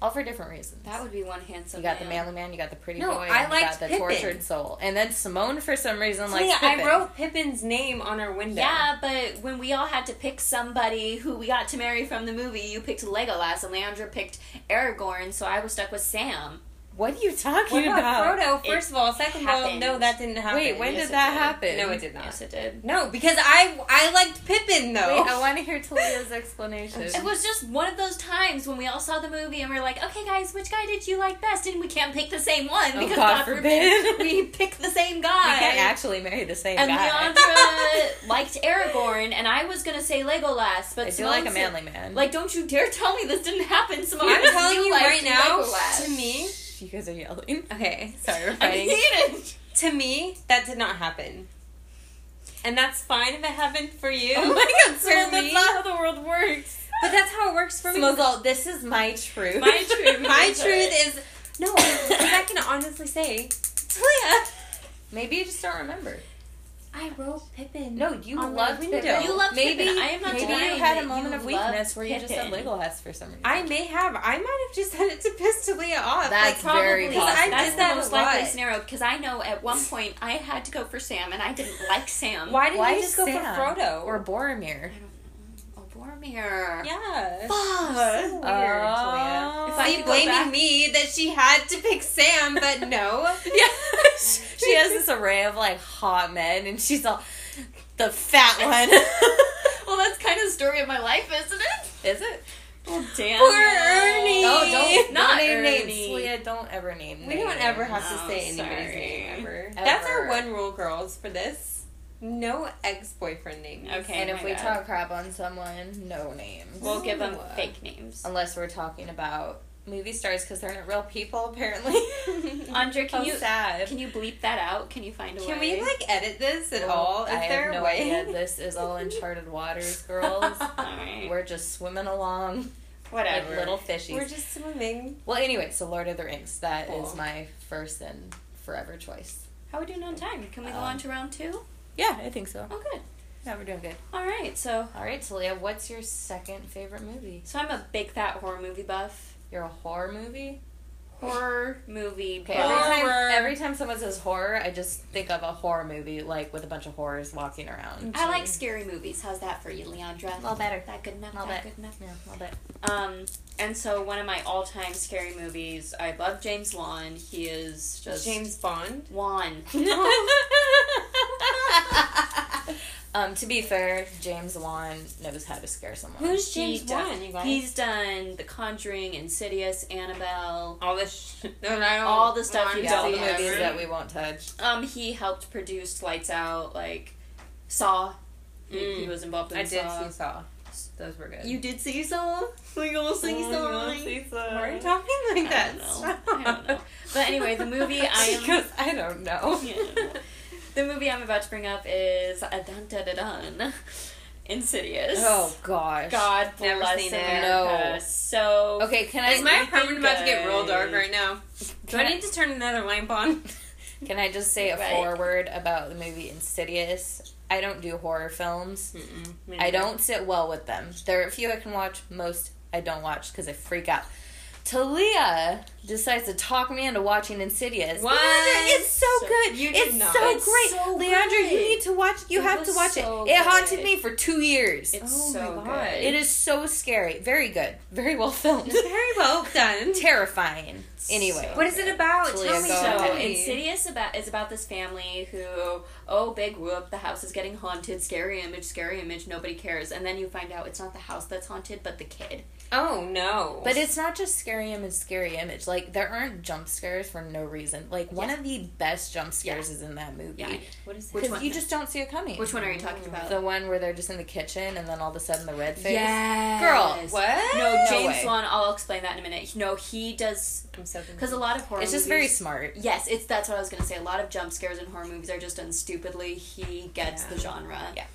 [SPEAKER 2] all for different reasons.
[SPEAKER 1] That would be one handsome.
[SPEAKER 2] you got the
[SPEAKER 1] man.
[SPEAKER 2] manly man, you got the pretty
[SPEAKER 3] No,
[SPEAKER 2] boy,
[SPEAKER 3] I
[SPEAKER 2] and you
[SPEAKER 3] liked
[SPEAKER 2] got the
[SPEAKER 3] Pippin.
[SPEAKER 2] tortured soul, and then Simone for some reason likes
[SPEAKER 3] yeah, I
[SPEAKER 2] Pippin.
[SPEAKER 3] wrote Pippin's name on our window.
[SPEAKER 1] Yeah, but when we all had to pick somebody who we got to marry from the movie, you picked Legolas and Leandra picked Aragorn, so I was stuck with Sam.
[SPEAKER 2] What are you
[SPEAKER 3] What
[SPEAKER 2] talking
[SPEAKER 3] about
[SPEAKER 2] about?
[SPEAKER 3] Frodo? First of all, second of all,
[SPEAKER 1] happened.
[SPEAKER 3] no, that didn't happen.
[SPEAKER 2] Wait, when
[SPEAKER 1] Yes,
[SPEAKER 2] did
[SPEAKER 1] it
[SPEAKER 2] that
[SPEAKER 1] did.
[SPEAKER 2] happen?
[SPEAKER 3] No, it did not.
[SPEAKER 1] Yes, it did.
[SPEAKER 3] No, because I I liked Pippin though.
[SPEAKER 2] Wait, I want to hear Talia's explanation.
[SPEAKER 1] It was just one of those times when we all saw the movie and we are like, okay, guys, which guy did you like best? And we can't pick the same one
[SPEAKER 2] Oh,
[SPEAKER 1] because
[SPEAKER 2] God
[SPEAKER 1] God,
[SPEAKER 2] forbid.
[SPEAKER 1] forbid we pick the same
[SPEAKER 2] We
[SPEAKER 1] guy.
[SPEAKER 2] can't actually marry the same
[SPEAKER 1] and
[SPEAKER 2] guy.
[SPEAKER 1] Leandra liked Aragorn, and I was gonna say Legolas, but
[SPEAKER 2] I do
[SPEAKER 1] Simone
[SPEAKER 2] like a
[SPEAKER 1] said-
[SPEAKER 2] manly man.
[SPEAKER 1] Like, don't you dare tell me this didn't happen, Simone.
[SPEAKER 3] I'm telling you
[SPEAKER 1] liked
[SPEAKER 3] right now,
[SPEAKER 1] Legolas.
[SPEAKER 3] to me,
[SPEAKER 2] you guys are yelling.
[SPEAKER 3] okay,
[SPEAKER 2] Sorry, we're
[SPEAKER 1] I hate
[SPEAKER 2] fighting.
[SPEAKER 1] it.
[SPEAKER 3] to me, that did not happen, and that's fine if it happened for you.
[SPEAKER 2] Oh my god,
[SPEAKER 3] For
[SPEAKER 2] Simone,
[SPEAKER 3] me?
[SPEAKER 2] that's not how the world works.
[SPEAKER 3] But that's how it works for me.
[SPEAKER 2] Smozel, this is my truth.
[SPEAKER 3] My truth. My truth is no. I can honestly say, Talia,
[SPEAKER 2] Maybe you just don't remember.
[SPEAKER 3] I wrote Pippin.
[SPEAKER 2] No, you
[SPEAKER 3] On my
[SPEAKER 2] loved
[SPEAKER 3] window.
[SPEAKER 2] Pippin.
[SPEAKER 1] You loved
[SPEAKER 2] maybe,
[SPEAKER 1] Pippin. I am not
[SPEAKER 2] Maybe you
[SPEAKER 1] denying
[SPEAKER 2] had
[SPEAKER 1] that
[SPEAKER 2] a moment
[SPEAKER 1] you
[SPEAKER 2] of weakness
[SPEAKER 1] loved
[SPEAKER 2] where you just said
[SPEAKER 1] Pippin.
[SPEAKER 2] Legolas for some reason.
[SPEAKER 3] I may have. I might have just said it to piss Talia off.
[SPEAKER 2] That's
[SPEAKER 3] like,
[SPEAKER 2] very
[SPEAKER 3] probably. 'Cause
[SPEAKER 2] possible.
[SPEAKER 3] I
[SPEAKER 1] That's
[SPEAKER 3] did
[SPEAKER 1] the
[SPEAKER 3] that
[SPEAKER 1] most
[SPEAKER 3] a lot.
[SPEAKER 1] likely scenario because I know at one point I had to go for Sam and I didn't like Sam.
[SPEAKER 3] Why didn't
[SPEAKER 2] Why
[SPEAKER 3] you just go
[SPEAKER 2] Sam?
[SPEAKER 3] for Frodo?
[SPEAKER 2] or Boromir.
[SPEAKER 1] Oh, Boromir.
[SPEAKER 3] yeah.
[SPEAKER 1] Fuck.
[SPEAKER 3] Weird, Talia.
[SPEAKER 2] Oh.
[SPEAKER 1] If I
[SPEAKER 3] See,
[SPEAKER 1] could go
[SPEAKER 3] blaming
[SPEAKER 1] back-
[SPEAKER 3] me that she had to pick Sam, but no.
[SPEAKER 2] Yeah, she has this array of like hot men, and she's all the fat one.
[SPEAKER 1] Well, that's kind of the story of my life, isn't it?
[SPEAKER 2] Is it?
[SPEAKER 1] Well, damn.
[SPEAKER 3] Poor Ernie.
[SPEAKER 2] No, don't
[SPEAKER 1] Not
[SPEAKER 2] not name names.
[SPEAKER 1] Ernie.
[SPEAKER 2] Leah, don't ever name names.
[SPEAKER 3] We don't ever have to
[SPEAKER 1] No,
[SPEAKER 3] say anybody's
[SPEAKER 1] sorry.
[SPEAKER 3] name ever. That's our
[SPEAKER 2] Ever.
[SPEAKER 3] one rule, girls, for this. No ex boyfriend names.
[SPEAKER 1] Okay.
[SPEAKER 2] And
[SPEAKER 1] Oh
[SPEAKER 2] if
[SPEAKER 1] my
[SPEAKER 2] we
[SPEAKER 1] God.
[SPEAKER 2] talk crap on someone, no names.
[SPEAKER 1] We'll give them
[SPEAKER 3] No.
[SPEAKER 1] fake names.
[SPEAKER 2] Unless we're talking about movie stars because they're not real people, apparently.
[SPEAKER 1] Andre,
[SPEAKER 2] How
[SPEAKER 1] can you
[SPEAKER 2] Oh, sad.
[SPEAKER 1] can you bleep that out? Can you find a
[SPEAKER 3] Can
[SPEAKER 1] way?
[SPEAKER 3] we like edit this at
[SPEAKER 2] Well,
[SPEAKER 3] all? Is
[SPEAKER 2] I
[SPEAKER 3] there
[SPEAKER 2] have
[SPEAKER 3] a
[SPEAKER 2] no
[SPEAKER 3] way?
[SPEAKER 2] idea. This is all uncharted waters, girls.
[SPEAKER 1] All right.
[SPEAKER 2] we're just swimming along like
[SPEAKER 1] Whatever.
[SPEAKER 2] little fishies.
[SPEAKER 3] We're just swimming.
[SPEAKER 2] Well, anyway, so Lord of the Rings. that is
[SPEAKER 3] Cool.
[SPEAKER 2] my first and forever choice.
[SPEAKER 1] How are we doing on time? Can we go
[SPEAKER 2] Um,
[SPEAKER 1] on to round two?
[SPEAKER 2] Yeah, I think so.
[SPEAKER 1] Oh, good.
[SPEAKER 2] Yeah, we're doing good.
[SPEAKER 1] All right. So,
[SPEAKER 2] All right, Talia, what's your second favorite movie?
[SPEAKER 1] so I'm a big fat horror movie buff.
[SPEAKER 2] You're a horror movie?
[SPEAKER 1] Horror movie.
[SPEAKER 2] Okay,
[SPEAKER 1] buff.
[SPEAKER 2] every
[SPEAKER 3] Horror.
[SPEAKER 2] time, every time someone says horror, I just think of a horror movie, like with a bunch of horrors walking around.
[SPEAKER 1] I like scary movies. Hhow's that for you, Leandra?
[SPEAKER 2] Little better.
[SPEAKER 1] That good enough.
[SPEAKER 2] Little
[SPEAKER 1] that
[SPEAKER 2] bit.
[SPEAKER 1] good enough.
[SPEAKER 2] Yeah, a little bit.
[SPEAKER 1] Um, and so one of my all-time scary movies. I love James Wan. He is just
[SPEAKER 3] James Bond.
[SPEAKER 1] Wan.
[SPEAKER 2] um, to be fair, James Wan knows how to scare someone.
[SPEAKER 3] Who's
[SPEAKER 1] He
[SPEAKER 3] James
[SPEAKER 1] does-
[SPEAKER 3] Bond? You guys?
[SPEAKER 1] He's done The Conjuring, Insidious, Annabelle.
[SPEAKER 3] all the sh- no, no, I don't-
[SPEAKER 1] All the stuff
[SPEAKER 3] I'm
[SPEAKER 1] you've
[SPEAKER 2] yeah, all the
[SPEAKER 1] seen
[SPEAKER 3] done.
[SPEAKER 2] movies
[SPEAKER 1] ever.
[SPEAKER 2] that we won't touch.
[SPEAKER 1] Um, he helped produce Lights Out, like Saw. He-
[SPEAKER 3] Mm.
[SPEAKER 1] He, was involved in
[SPEAKER 3] I did
[SPEAKER 1] Saw.
[SPEAKER 3] see Saw. Those were good. Oh,
[SPEAKER 1] You did see Saw. We all see Saw.
[SPEAKER 3] Why are you talking like that?
[SPEAKER 1] I Uh, don't know. I don't know. But anyway, the movie I am.
[SPEAKER 2] She goes, I don't know.
[SPEAKER 1] Yeah, I don't know. The movie I'm about to bring up is uh, dun dun dun dun, Insidious.
[SPEAKER 2] Oh gosh.
[SPEAKER 1] God
[SPEAKER 3] Never
[SPEAKER 1] bless
[SPEAKER 3] seen it.
[SPEAKER 1] America.
[SPEAKER 2] No.
[SPEAKER 1] So
[SPEAKER 2] Okay, can
[SPEAKER 3] Is
[SPEAKER 2] I
[SPEAKER 3] my apartment about to get real
[SPEAKER 1] good.
[SPEAKER 3] dark right now? Do
[SPEAKER 2] Can
[SPEAKER 3] I
[SPEAKER 2] I-
[SPEAKER 3] need to turn another lamp on?
[SPEAKER 2] can I just say a
[SPEAKER 1] Right.
[SPEAKER 2] foreword about the movie Insidious? I don't do horror films.
[SPEAKER 1] Mm-hmm.
[SPEAKER 2] I don't sit well with them. There are a few I can watch. Most I don't watch because I freak out. Talia decides to talk me into watching Insidious.
[SPEAKER 3] What?
[SPEAKER 2] Leandra, it's so,
[SPEAKER 1] So-
[SPEAKER 2] good.
[SPEAKER 3] You did
[SPEAKER 2] it's
[SPEAKER 3] not.
[SPEAKER 2] so
[SPEAKER 1] It's
[SPEAKER 2] great.
[SPEAKER 1] so
[SPEAKER 2] Leandra, you
[SPEAKER 1] good.
[SPEAKER 2] need to watch you
[SPEAKER 1] It
[SPEAKER 2] have to
[SPEAKER 1] was
[SPEAKER 2] watch
[SPEAKER 1] so
[SPEAKER 2] it. It haunted
[SPEAKER 1] good.
[SPEAKER 2] me for two years.
[SPEAKER 1] It's
[SPEAKER 3] Oh
[SPEAKER 1] so
[SPEAKER 3] my God.
[SPEAKER 1] good.
[SPEAKER 2] it is so scary. Very good. Very well filmed.
[SPEAKER 3] It's very well done.
[SPEAKER 2] Terrifying. Anyway.
[SPEAKER 1] So
[SPEAKER 3] What is it about?
[SPEAKER 2] Julia,
[SPEAKER 3] Tell me.
[SPEAKER 2] go
[SPEAKER 1] So
[SPEAKER 2] ahead.
[SPEAKER 1] Insidious about is about this family who oh big whoop the house is getting haunted scary image scary image nobody cares and then you find out it's not the house that's haunted but the kid
[SPEAKER 3] Oh no!
[SPEAKER 2] But it's not just scary image, scary image. Like there aren't jump scares for no reason. Like one
[SPEAKER 1] Yeah.
[SPEAKER 2] of the best jump scares is in that movie.
[SPEAKER 1] yeah I know.
[SPEAKER 3] what is
[SPEAKER 1] Which
[SPEAKER 2] Because
[SPEAKER 1] one?
[SPEAKER 2] you just don't see it coming.
[SPEAKER 1] which one are you talking about
[SPEAKER 2] The one where they're just in the kitchen and then all of a sudden the red face.
[SPEAKER 1] yes
[SPEAKER 2] Girl,
[SPEAKER 3] What?
[SPEAKER 1] no
[SPEAKER 2] No
[SPEAKER 1] James
[SPEAKER 2] way.
[SPEAKER 1] Wan I'll explain that in a minute no he does
[SPEAKER 3] I'm so confused.
[SPEAKER 1] because a lot of horror
[SPEAKER 2] It's just very
[SPEAKER 1] movies,
[SPEAKER 2] smart.
[SPEAKER 1] yes it's that's what I was gonna say a lot of jump scares in horror movies are just done stupidly he gets
[SPEAKER 3] Yeah.
[SPEAKER 1] the genre
[SPEAKER 2] Yeah.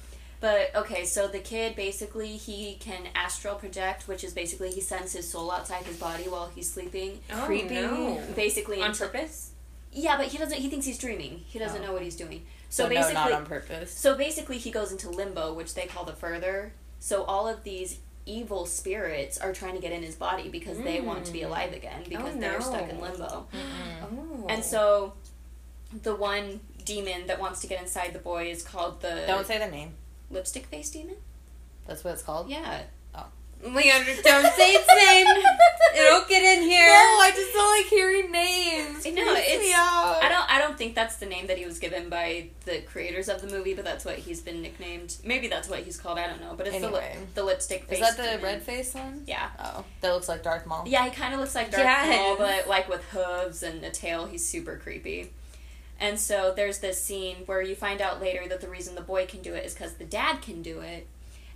[SPEAKER 1] But okay, so the kid basically he can astral project, which is basically he sends his soul outside his body while he's sleeping.
[SPEAKER 3] Oh,
[SPEAKER 2] creepy.
[SPEAKER 3] no.
[SPEAKER 1] Basically,
[SPEAKER 3] on
[SPEAKER 1] until-
[SPEAKER 3] purpose.
[SPEAKER 1] yeah, but he doesn't. He thinks he's dreaming. He doesn't
[SPEAKER 2] Oh.
[SPEAKER 1] know what he's doing. So
[SPEAKER 2] no,
[SPEAKER 1] basically,
[SPEAKER 2] not on purpose.
[SPEAKER 1] so basically, he goes into limbo, which they call the further. So all of these evil spirits are trying to get in his body because they want to be alive again because they're
[SPEAKER 3] no.
[SPEAKER 1] stuck in limbo.
[SPEAKER 3] Oh.
[SPEAKER 1] And so, the one demon that wants to get inside the boy is called the
[SPEAKER 2] Don't say the name.
[SPEAKER 1] lipstick face demon.
[SPEAKER 2] That's what it's called.
[SPEAKER 1] Yeah,
[SPEAKER 3] Leander, don't say its name. It'll get in here.
[SPEAKER 2] just don't like hearing names.
[SPEAKER 1] I know,
[SPEAKER 2] Creeps
[SPEAKER 1] it's-
[SPEAKER 2] out.
[SPEAKER 1] I don't. I don't think that's the name that he was given by the creators of the movie, but that's what he's been nicknamed. Maybe that's what he's called. I don't know. But it's the,
[SPEAKER 2] Anyway.
[SPEAKER 1] lip the lipstick face.
[SPEAKER 2] Is that the
[SPEAKER 1] demon.
[SPEAKER 2] red face one?
[SPEAKER 1] Yeah.
[SPEAKER 2] Oh, that looks like Darth Maul.
[SPEAKER 1] Yeah, he kind of looks like Darth
[SPEAKER 3] Yes.
[SPEAKER 1] Maul, but like with hooves and a tail. He's super creepy. And so there's this scene where you find out later that the reason the boy can do it is because the dad can do it,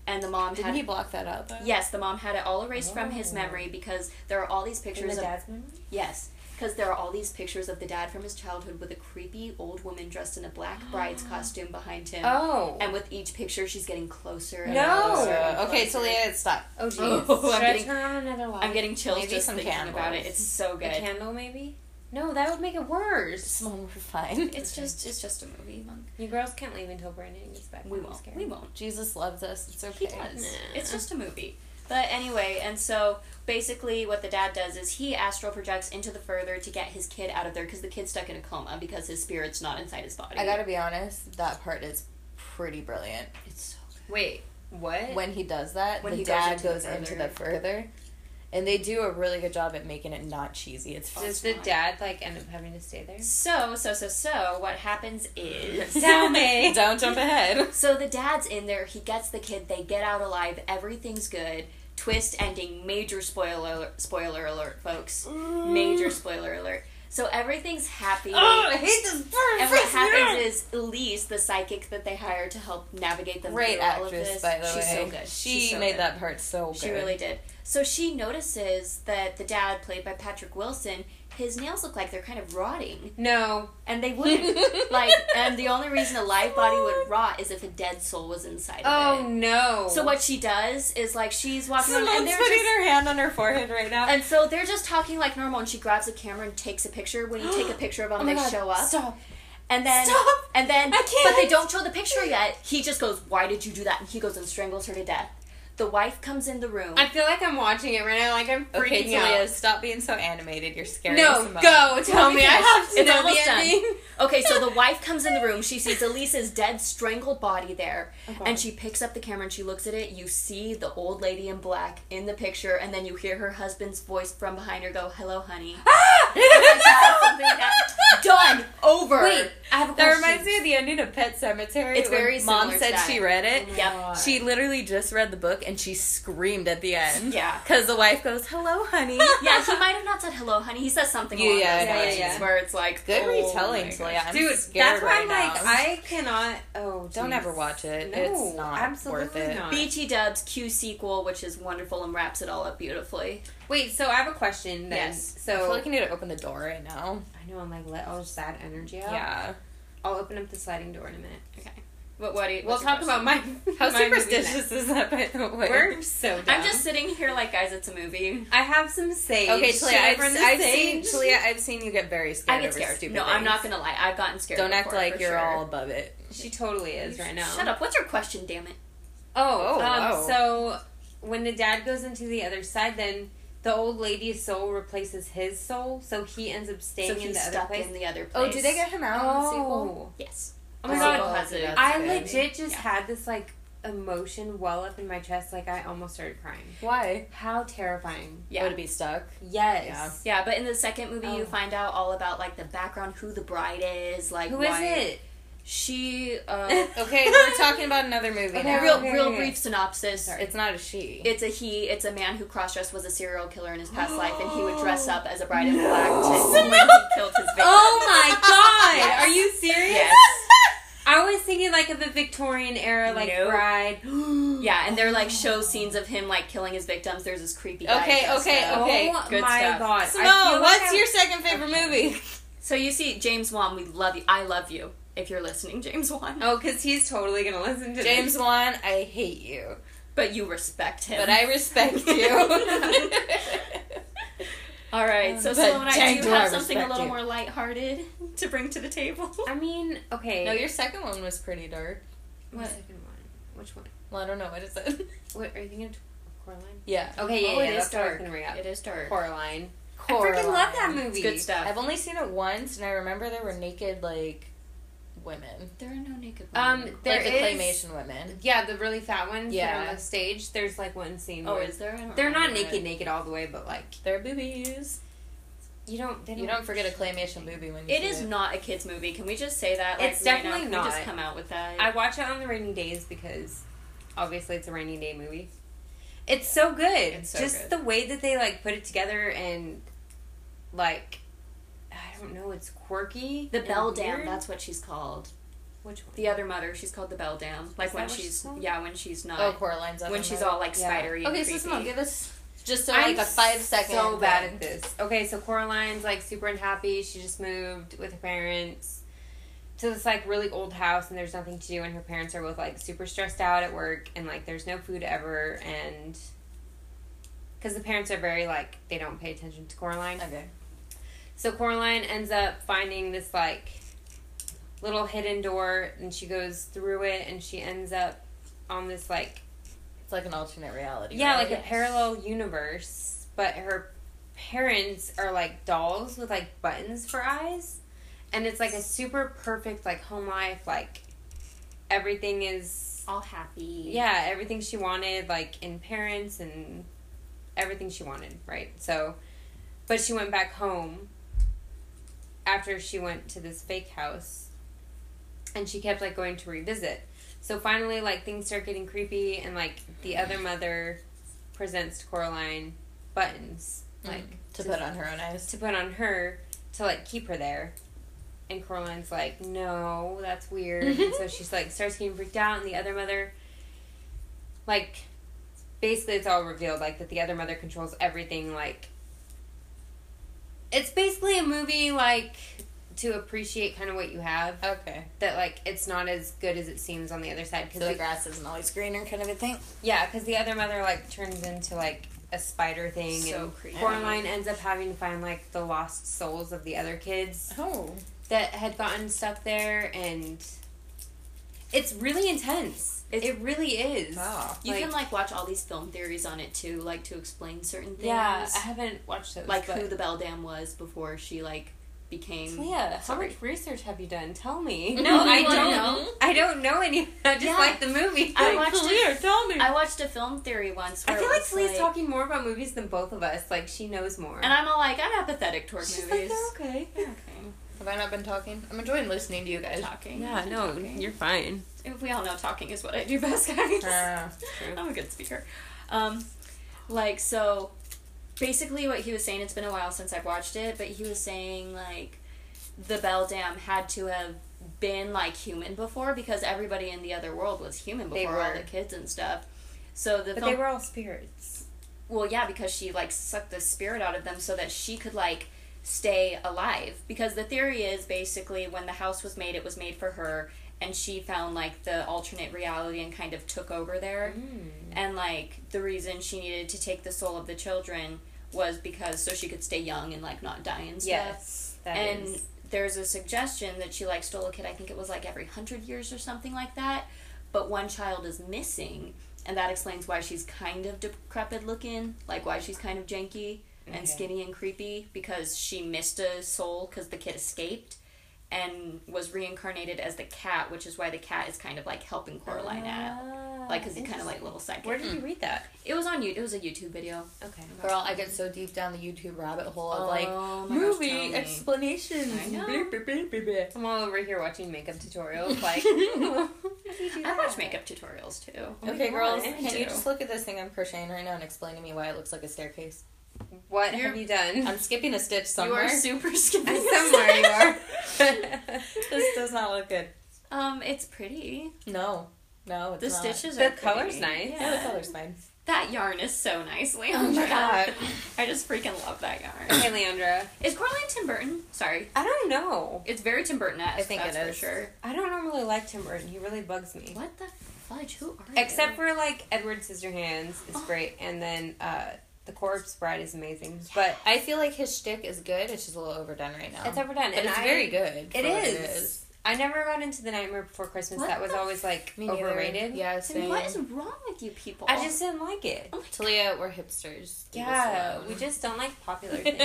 [SPEAKER 1] and the mom
[SPEAKER 2] Didn't
[SPEAKER 1] had.
[SPEAKER 2] he block that out though?
[SPEAKER 1] Yes, the mom had it all erased from his
[SPEAKER 3] Oh.
[SPEAKER 1] memory because there are all these
[SPEAKER 3] In
[SPEAKER 1] pictures
[SPEAKER 3] the
[SPEAKER 1] of
[SPEAKER 3] dad's memory?
[SPEAKER 1] Yes, because there are all these pictures of the dad from his childhood with a creepy old woman dressed in a black bride's costume behind him.
[SPEAKER 3] Oh.
[SPEAKER 1] And with each picture, she's getting closer and
[SPEAKER 3] No.
[SPEAKER 1] closer. and
[SPEAKER 2] Uh, okay, so
[SPEAKER 1] closer.
[SPEAKER 2] Leah, stop.
[SPEAKER 3] oh, geez.
[SPEAKER 1] Oh, I'm
[SPEAKER 3] Should I
[SPEAKER 1] getting-
[SPEAKER 3] turn on another light?
[SPEAKER 1] I'm getting chills
[SPEAKER 2] Maybe
[SPEAKER 1] just
[SPEAKER 2] some
[SPEAKER 1] thinking about it.
[SPEAKER 2] candles.
[SPEAKER 1] It's so
[SPEAKER 3] a
[SPEAKER 1] good.
[SPEAKER 3] candle, maybe. No, that would make it worse.
[SPEAKER 2] Small, we're fine.
[SPEAKER 1] It's just, it's just a movie. Monk.
[SPEAKER 3] You girls can't leave until Brandon gets back.
[SPEAKER 1] We
[SPEAKER 3] I'm
[SPEAKER 1] won't.
[SPEAKER 3] scared.
[SPEAKER 1] We won't.
[SPEAKER 2] Jesus loves us. It's
[SPEAKER 1] He
[SPEAKER 2] okay.
[SPEAKER 1] does.
[SPEAKER 3] Nah.
[SPEAKER 1] It's just a movie. But anyway, and so basically, what the dad does is he astral projects into the further to get his kid out of there because the kid's stuck in a coma because his spirit's not inside his body.
[SPEAKER 2] I gotta be honest. That part is pretty brilliant.
[SPEAKER 1] It's so good.
[SPEAKER 3] Wait, what?
[SPEAKER 2] When he does that,
[SPEAKER 1] When
[SPEAKER 2] the
[SPEAKER 1] he goes
[SPEAKER 2] dad
[SPEAKER 1] into the
[SPEAKER 2] goes into
[SPEAKER 1] further.
[SPEAKER 2] the further, and they do a really good job at making it not cheesy. It's
[SPEAKER 1] Oh,
[SPEAKER 3] Does
[SPEAKER 1] it's
[SPEAKER 3] the
[SPEAKER 1] not.
[SPEAKER 3] dad like end up having to stay there?
[SPEAKER 1] So, so, so, so, what happens is.
[SPEAKER 3] Tell me.
[SPEAKER 2] Don't jump ahead.
[SPEAKER 1] So the dad's in there, he gets the kid, they get out alive, everything's good. Twist ending, major spoiler alert, spoiler alert, folks. Major spoiler alert. So everything's happy.
[SPEAKER 3] Oh, hate this bird.
[SPEAKER 1] and what happens is Elise, the psychic that they hire to help navigate them
[SPEAKER 2] Great
[SPEAKER 1] through all of
[SPEAKER 2] actress,
[SPEAKER 1] this,
[SPEAKER 2] by the
[SPEAKER 1] she's
[SPEAKER 2] way.
[SPEAKER 1] so good.
[SPEAKER 2] She
[SPEAKER 1] She's so
[SPEAKER 2] made
[SPEAKER 1] good.
[SPEAKER 2] that part so good.
[SPEAKER 1] She really did. So she notices that the dad, played by Patrick Wilson, his nails look like they're kind of rotting.
[SPEAKER 3] no.
[SPEAKER 1] And they wouldn't. like, and the only reason a live body would rot is if a dead soul was inside of
[SPEAKER 3] Oh
[SPEAKER 1] it.
[SPEAKER 3] no.
[SPEAKER 1] So what she does is like she's walking around and
[SPEAKER 2] Simone's
[SPEAKER 1] they're
[SPEAKER 2] putting
[SPEAKER 1] just,
[SPEAKER 2] her hand on her forehead right now.
[SPEAKER 1] and so they're just talking like normal and she grabs a camera and takes a picture. When you take a picture of them,
[SPEAKER 3] Oh my
[SPEAKER 1] they
[SPEAKER 3] God,
[SPEAKER 1] show up.
[SPEAKER 3] Stop.
[SPEAKER 1] And then
[SPEAKER 3] Stop.
[SPEAKER 1] and then
[SPEAKER 3] I
[SPEAKER 1] but
[SPEAKER 3] can't.
[SPEAKER 1] they don't show the picture yet. He just goes, "Why did you do that?" and he goes and strangles her to death. The wife comes in the room.
[SPEAKER 3] I feel like I'm watching it right now. Like I'm freaking
[SPEAKER 2] okay,
[SPEAKER 3] out.
[SPEAKER 2] Talia, stop being so animated. You're scaring
[SPEAKER 3] No,
[SPEAKER 2] Simone.
[SPEAKER 3] go. Tell
[SPEAKER 1] me
[SPEAKER 3] me. I
[SPEAKER 1] finish.
[SPEAKER 3] have to
[SPEAKER 1] It's
[SPEAKER 3] know
[SPEAKER 1] almost
[SPEAKER 3] the
[SPEAKER 1] done.
[SPEAKER 3] ending.
[SPEAKER 1] Okay, so the wife comes in the room. She sees Elise's dead, strangled body there,
[SPEAKER 2] Oh,
[SPEAKER 1] and she picks up the camera and she looks at it. You see the old lady in black in the picture, and then you hear her husband's voice from behind her go, "Hello, honey." And she said something like that. Done. Over.
[SPEAKER 2] Wait,
[SPEAKER 1] I have a
[SPEAKER 2] That
[SPEAKER 1] question.
[SPEAKER 2] reminds me of the ending of Pet Cemetery.
[SPEAKER 1] It's
[SPEAKER 2] when
[SPEAKER 1] very
[SPEAKER 2] Mom
[SPEAKER 1] similar to
[SPEAKER 2] said
[SPEAKER 1] that.
[SPEAKER 2] she read it.
[SPEAKER 1] Yep.
[SPEAKER 2] She literally just read the book and she screamed at the end.
[SPEAKER 1] Yeah.
[SPEAKER 2] Because the wife goes, hello, honey.
[SPEAKER 1] Yeah, he might have not said hello, honey. He says something
[SPEAKER 2] Yeah,
[SPEAKER 1] along
[SPEAKER 2] yeah,
[SPEAKER 1] those
[SPEAKER 2] I know,
[SPEAKER 1] lines
[SPEAKER 3] yeah, yeah.
[SPEAKER 1] where it's like
[SPEAKER 2] Good
[SPEAKER 1] oh
[SPEAKER 2] retelling,
[SPEAKER 1] my gosh.
[SPEAKER 2] Talia. I'm
[SPEAKER 3] Dude,
[SPEAKER 2] scared
[SPEAKER 3] that's why
[SPEAKER 2] right
[SPEAKER 3] I'm like,
[SPEAKER 2] now.
[SPEAKER 3] I cannot. Oh,
[SPEAKER 2] Don't
[SPEAKER 3] geez.
[SPEAKER 2] ever watch it.
[SPEAKER 3] No,
[SPEAKER 2] it's not
[SPEAKER 3] absolutely
[SPEAKER 2] worth it.
[SPEAKER 3] not.
[SPEAKER 1] BT Dub's Q sequel, which is wonderful and wraps it all up beautifully.
[SPEAKER 3] Wait, so I have a question. Then.
[SPEAKER 1] Yes.
[SPEAKER 2] I
[SPEAKER 3] So
[SPEAKER 2] feel like I need to open the door right now.
[SPEAKER 3] I know I'm like let all sad energy out.
[SPEAKER 2] Yeah.
[SPEAKER 3] I'll open up the sliding door in a minute.
[SPEAKER 1] But what? Do you,
[SPEAKER 3] We'll
[SPEAKER 1] what's your
[SPEAKER 3] talk about
[SPEAKER 1] question?
[SPEAKER 3] my
[SPEAKER 2] How
[SPEAKER 3] my movie
[SPEAKER 2] superstitious is that, by the way?
[SPEAKER 3] next. We're so. Dumb.
[SPEAKER 1] I'm just sitting here like, guys, it's a movie.
[SPEAKER 3] I have some sage.
[SPEAKER 2] Okay, Talia,
[SPEAKER 3] Should I
[SPEAKER 2] I've,
[SPEAKER 3] burn the
[SPEAKER 2] I've seen
[SPEAKER 3] sage?
[SPEAKER 2] Talia, I've seen you get very scared.
[SPEAKER 1] I get
[SPEAKER 2] over
[SPEAKER 1] scared.
[SPEAKER 2] Stupid
[SPEAKER 1] No, I'm
[SPEAKER 2] things.
[SPEAKER 1] not gonna lie. I've gotten scared.
[SPEAKER 2] Don't act
[SPEAKER 1] before,
[SPEAKER 2] like
[SPEAKER 1] for
[SPEAKER 2] you're
[SPEAKER 1] sure.
[SPEAKER 2] all above it.
[SPEAKER 3] She totally is right now.
[SPEAKER 1] Shut up. What's your question? Damn it.
[SPEAKER 3] Oh,
[SPEAKER 2] Oh,
[SPEAKER 3] um,
[SPEAKER 2] wow.
[SPEAKER 3] so when the dad goes into the other side, then the old lady's soul replaces his soul, so he ends up staying
[SPEAKER 1] so
[SPEAKER 3] in
[SPEAKER 1] he's
[SPEAKER 3] the other
[SPEAKER 1] stuck
[SPEAKER 3] place.
[SPEAKER 1] in the other place.
[SPEAKER 2] Oh, did they get him out in the sequel?
[SPEAKER 3] Oh,
[SPEAKER 1] Yes.
[SPEAKER 3] oh my
[SPEAKER 2] Oh,
[SPEAKER 3] god!
[SPEAKER 2] well,
[SPEAKER 1] Positive.
[SPEAKER 2] that's
[SPEAKER 3] I
[SPEAKER 2] good.
[SPEAKER 3] legit just
[SPEAKER 1] Yeah.
[SPEAKER 3] had this like emotion well up in my chest, like I almost started crying.
[SPEAKER 2] Why?
[SPEAKER 3] How terrifying!
[SPEAKER 1] Yeah.
[SPEAKER 2] Would it be stuck?
[SPEAKER 3] Yes.
[SPEAKER 2] Yeah.
[SPEAKER 1] Yeah, but in the second movie,
[SPEAKER 3] Oh.
[SPEAKER 1] you find out all about like the background, who the bride is, like
[SPEAKER 3] Who is
[SPEAKER 1] why
[SPEAKER 3] it?
[SPEAKER 1] she. Uh,
[SPEAKER 2] Okay, we're talking about another movie
[SPEAKER 3] Okay,
[SPEAKER 1] a
[SPEAKER 2] now.
[SPEAKER 1] real,
[SPEAKER 3] okay,
[SPEAKER 1] real
[SPEAKER 3] okay.
[SPEAKER 1] brief synopsis.
[SPEAKER 3] Sorry.
[SPEAKER 2] It's not a she.
[SPEAKER 1] It's a he. It's a man who cross-dressed was a serial killer in his past life, and he would dress up as a bride in black to when he killed his victim.
[SPEAKER 3] Oh my god! Are you serious?
[SPEAKER 1] Yes.
[SPEAKER 3] I was thinking like of a Victorian era like
[SPEAKER 1] Nope.
[SPEAKER 3] bride.
[SPEAKER 1] Yeah, and they're like show scenes of him like killing his victims. There's this creepy. Guy
[SPEAKER 2] Okay,
[SPEAKER 1] dressed
[SPEAKER 2] okay,
[SPEAKER 1] up.
[SPEAKER 2] okay.
[SPEAKER 3] Oh
[SPEAKER 1] Good
[SPEAKER 3] my
[SPEAKER 1] stuff.
[SPEAKER 3] god! I
[SPEAKER 2] Simone,
[SPEAKER 3] feel like
[SPEAKER 2] what's
[SPEAKER 3] I-
[SPEAKER 2] your second favorite movie?
[SPEAKER 1] So you see, James Wan, we love you. I love you. If you're listening, James Wan,
[SPEAKER 3] Oh, because he's totally gonna listen to
[SPEAKER 2] James Wan, I hate you,
[SPEAKER 1] but you respect him.
[SPEAKER 2] but I respect you.
[SPEAKER 1] All right, so
[SPEAKER 2] But
[SPEAKER 1] Sloan, I
[SPEAKER 2] dang,
[SPEAKER 1] do
[SPEAKER 2] do I
[SPEAKER 1] have something a
[SPEAKER 2] respect
[SPEAKER 1] little
[SPEAKER 2] you.
[SPEAKER 1] more lighthearted to bring to the table.
[SPEAKER 3] I mean, okay.
[SPEAKER 2] no, your second one was pretty dark.
[SPEAKER 3] what?
[SPEAKER 1] What?
[SPEAKER 3] Second one. Which one?
[SPEAKER 2] Well, I don't know what is it.
[SPEAKER 3] What are you thinking? of Coraline.
[SPEAKER 2] Yeah,
[SPEAKER 3] Okay, yeah,
[SPEAKER 1] Oh,
[SPEAKER 3] yeah.
[SPEAKER 1] it
[SPEAKER 3] that's
[SPEAKER 1] is
[SPEAKER 3] what I was
[SPEAKER 1] dark.
[SPEAKER 3] gonna bring up.
[SPEAKER 1] It is dark.
[SPEAKER 3] Coraline. I freaking
[SPEAKER 2] Coraline.
[SPEAKER 3] love that movie.
[SPEAKER 1] It's good stuff.
[SPEAKER 2] I've only seen it once, and I remember there were naked like women,
[SPEAKER 1] there are no naked
[SPEAKER 3] Um,
[SPEAKER 1] women.
[SPEAKER 3] there
[SPEAKER 2] like the
[SPEAKER 3] is-
[SPEAKER 2] claymation women.
[SPEAKER 3] Yeah, the really fat ones yeah.
[SPEAKER 2] Yeah.
[SPEAKER 3] on the stage. There's like one scene.
[SPEAKER 1] oh,
[SPEAKER 3] where
[SPEAKER 1] is there? I don't
[SPEAKER 3] They're not
[SPEAKER 1] remember
[SPEAKER 3] naked,
[SPEAKER 1] it.
[SPEAKER 3] naked all the way, but like
[SPEAKER 2] They're boobies.
[SPEAKER 3] you don't. They
[SPEAKER 2] You don't forget a claymation boobie when you
[SPEAKER 1] It
[SPEAKER 2] see
[SPEAKER 1] is not a kids movie. Can we just say that?
[SPEAKER 3] It's
[SPEAKER 1] right now?
[SPEAKER 3] definitely
[SPEAKER 1] Can
[SPEAKER 3] not.
[SPEAKER 1] We just come out with that.
[SPEAKER 3] I watch it on the rainy days because obviously it's a rainy day movie. It's so good.
[SPEAKER 1] It's so
[SPEAKER 3] Just
[SPEAKER 1] good.
[SPEAKER 3] the way that they like put it together and like I don't know, it's quirky.
[SPEAKER 1] the
[SPEAKER 3] and
[SPEAKER 1] Bell Dam.
[SPEAKER 3] weird.
[SPEAKER 1] That's what she's called.
[SPEAKER 3] which one?
[SPEAKER 1] The other mother. She's called the Bell Dam. Like
[SPEAKER 3] that
[SPEAKER 1] when
[SPEAKER 3] what she's
[SPEAKER 1] she's
[SPEAKER 3] called?
[SPEAKER 1] yeah, when she's not
[SPEAKER 2] Oh, Coraline's up
[SPEAKER 1] when
[SPEAKER 2] on
[SPEAKER 1] she's
[SPEAKER 2] that.
[SPEAKER 1] all like
[SPEAKER 3] Yeah.
[SPEAKER 1] spidery.
[SPEAKER 2] Okay,
[SPEAKER 1] and
[SPEAKER 2] so
[SPEAKER 1] creepy.
[SPEAKER 2] Simone, give us just a,
[SPEAKER 3] I'm
[SPEAKER 2] like a five second.
[SPEAKER 3] So bad at this. Okay, so Coraline's like super unhappy. She just moved with her parents to this like really old house, and there's nothing to do. And her parents are both like super stressed out at work, and like there's no food ever. And because the parents are very like they don't pay attention to Coraline,
[SPEAKER 2] Okay.
[SPEAKER 3] so Coraline ends up finding this like little hidden door, and she goes through it, and she ends up on this like
[SPEAKER 2] It's like an alternate reality.
[SPEAKER 3] yeah,
[SPEAKER 2] right?
[SPEAKER 3] like a parallel universe, but her parents are like dolls with like buttons for eyes. And it's like a super perfect like home life, like everything is
[SPEAKER 1] all happy.
[SPEAKER 3] yeah, everything she wanted, like in parents and everything she wanted, right? So but she went back home after she went to this fake house and she kept like going to revisit. So finally like things start getting creepy and like the other mother presents to Coraline buttons like
[SPEAKER 2] to put on her own eyes.
[SPEAKER 3] to put on her to like keep her there. And Coraline's like, no, that's weird. and so she's like, starts getting freaked out. And the other mother, like, basically it's all revealed, like, that the other mother controls everything. Like, it's basically a movie, like, to appreciate kind of what you have.
[SPEAKER 2] Okay.
[SPEAKER 3] That, like, it's not as good as it seems on the other side.
[SPEAKER 2] So the
[SPEAKER 3] the-
[SPEAKER 2] grass isn't always greener, kind of a thing.
[SPEAKER 3] yeah, because the other mother like turns into like a spider thing,
[SPEAKER 1] So
[SPEAKER 3] and
[SPEAKER 1] creepy.
[SPEAKER 3] Coraline ends up having to find like the lost souls of the other kids
[SPEAKER 2] Oh.
[SPEAKER 3] that had gotten stuck there, and it's really intense.
[SPEAKER 1] It's-
[SPEAKER 3] it really is.
[SPEAKER 2] Wow.
[SPEAKER 1] You can like
[SPEAKER 3] Like-
[SPEAKER 1] watch all these film theories on it too, like to explain certain things.
[SPEAKER 3] Yeah, I haven't watched those.
[SPEAKER 1] like
[SPEAKER 3] but-
[SPEAKER 1] who the Bell Dam was before she like became.
[SPEAKER 3] Yeah, how
[SPEAKER 1] Sorry.
[SPEAKER 3] much research have you done? Tell me.
[SPEAKER 1] No,
[SPEAKER 3] I
[SPEAKER 1] wanna
[SPEAKER 3] don't.
[SPEAKER 1] know.
[SPEAKER 3] I don't know any. I just
[SPEAKER 1] Yeah.
[SPEAKER 3] like the movie.
[SPEAKER 1] I watched it-
[SPEAKER 2] Tell me.
[SPEAKER 1] I watched a film theory once.
[SPEAKER 3] I
[SPEAKER 1] Where
[SPEAKER 3] feel
[SPEAKER 1] it
[SPEAKER 3] like
[SPEAKER 1] was,
[SPEAKER 3] Celia's talking more about movies than both of us. Like she knows more.
[SPEAKER 1] and I'm all like, I'm apathetic toward
[SPEAKER 3] She's like,
[SPEAKER 1] movies.
[SPEAKER 3] "They're okay.
[SPEAKER 1] okay,
[SPEAKER 2] Have I not been talking? I'm enjoying listening to you guys.
[SPEAKER 1] talking.
[SPEAKER 3] Yeah, no,
[SPEAKER 1] Talking.
[SPEAKER 3] you're fine.
[SPEAKER 1] We all know talking is what I do best, guys.
[SPEAKER 2] Uh,
[SPEAKER 1] I'm a good speaker. Um, like so, basically what he was saying. It's been a while since I've watched it, but he was saying like the Bell Dam had to have been like human before because everybody in the other world was human
[SPEAKER 3] They
[SPEAKER 1] before all
[SPEAKER 3] were.
[SPEAKER 1] the kids and stuff. So the
[SPEAKER 3] But
[SPEAKER 1] film
[SPEAKER 3] they were all spirits.
[SPEAKER 1] Well, yeah, because she like sucked the spirit out of them so that she could like stay alive. Because the theory is basically when the house was made, it was made for her, and she found like the alternate reality and kind of took over there. And like the reason she needed to take the soul of the children was because so she could stay young and like not die and stuff.
[SPEAKER 3] Yes, that is.
[SPEAKER 1] and there's a suggestion that she like stole a kid. I think it was like every hundred years or something like that. But one child is missing, and that explains why she's kind of decrepit looking, like why she's kind of janky and
[SPEAKER 3] Okay.
[SPEAKER 1] skinny and creepy because she missed a soul because the kid escaped and was reincarnated as the cat, which is why the cat is kind of like helping Coraline out, like because he's kind of like a little sidekick.
[SPEAKER 3] Ah, Where did you read that?
[SPEAKER 1] It was on you. It was a YouTube video.
[SPEAKER 3] Okay.
[SPEAKER 2] Girl, I get so deep down the YouTube rabbit hole of like
[SPEAKER 1] Oh my gosh,
[SPEAKER 2] movie
[SPEAKER 1] Tony.
[SPEAKER 2] explanations.
[SPEAKER 1] I know.
[SPEAKER 2] Blah, blah, blah, blah, blah.
[SPEAKER 3] I'm all over here watching makeup tutorials. Like,
[SPEAKER 1] I watch makeup tutorials too.
[SPEAKER 2] Okay, girls, can you
[SPEAKER 1] do.
[SPEAKER 2] just look at this thing I'm crocheting right now and explain to me why it looks like a staircase?
[SPEAKER 3] What
[SPEAKER 1] You're-
[SPEAKER 3] have you done?
[SPEAKER 2] I'm skipping a stitch somewhere.
[SPEAKER 1] You are super skinny.
[SPEAKER 3] Somewhere you are.
[SPEAKER 2] this does not look good.
[SPEAKER 1] Um, it's pretty.
[SPEAKER 2] No, no, it's
[SPEAKER 1] The
[SPEAKER 2] not.
[SPEAKER 1] stitches
[SPEAKER 3] The
[SPEAKER 1] are.
[SPEAKER 3] color's
[SPEAKER 1] pretty.
[SPEAKER 3] nice.
[SPEAKER 2] Yeah, the color's fine.
[SPEAKER 1] That yarn is so nicely.
[SPEAKER 2] Oh my god.
[SPEAKER 1] I just freaking love that yarn.
[SPEAKER 3] hey, Leandra.
[SPEAKER 1] is Coraline Tim Burton? Sorry,
[SPEAKER 3] I don't know.
[SPEAKER 1] it's very Tim Burton.
[SPEAKER 2] I think
[SPEAKER 1] that's
[SPEAKER 2] it
[SPEAKER 1] for
[SPEAKER 2] is.
[SPEAKER 1] sure.
[SPEAKER 3] I don't normally like Tim Burton. He really bugs me.
[SPEAKER 1] What the fudge? Who are
[SPEAKER 3] Except
[SPEAKER 1] you?
[SPEAKER 3] for like Edward Scissorhands is
[SPEAKER 1] Oh.
[SPEAKER 3] great, and then uh, the Corpse Bride is amazing. But
[SPEAKER 2] I feel like his shtick is good. It's just a little overdone right now.
[SPEAKER 3] it's overdone,
[SPEAKER 2] but
[SPEAKER 3] and
[SPEAKER 2] it's
[SPEAKER 3] I-
[SPEAKER 2] very good. for
[SPEAKER 3] It
[SPEAKER 2] what
[SPEAKER 3] is. I never got into the Nightmare Before Christmas.
[SPEAKER 1] What
[SPEAKER 3] that was
[SPEAKER 1] the
[SPEAKER 3] always like
[SPEAKER 2] Me neither.
[SPEAKER 3] overrated.
[SPEAKER 2] Yeah,
[SPEAKER 1] Tim,
[SPEAKER 2] same.
[SPEAKER 1] what is wrong with you people?
[SPEAKER 3] I just didn't like it.
[SPEAKER 1] Oh my God.
[SPEAKER 2] Talia, we're hipsters. Leave us
[SPEAKER 3] Yeah,
[SPEAKER 2] alone.
[SPEAKER 3] we just don't like popular things.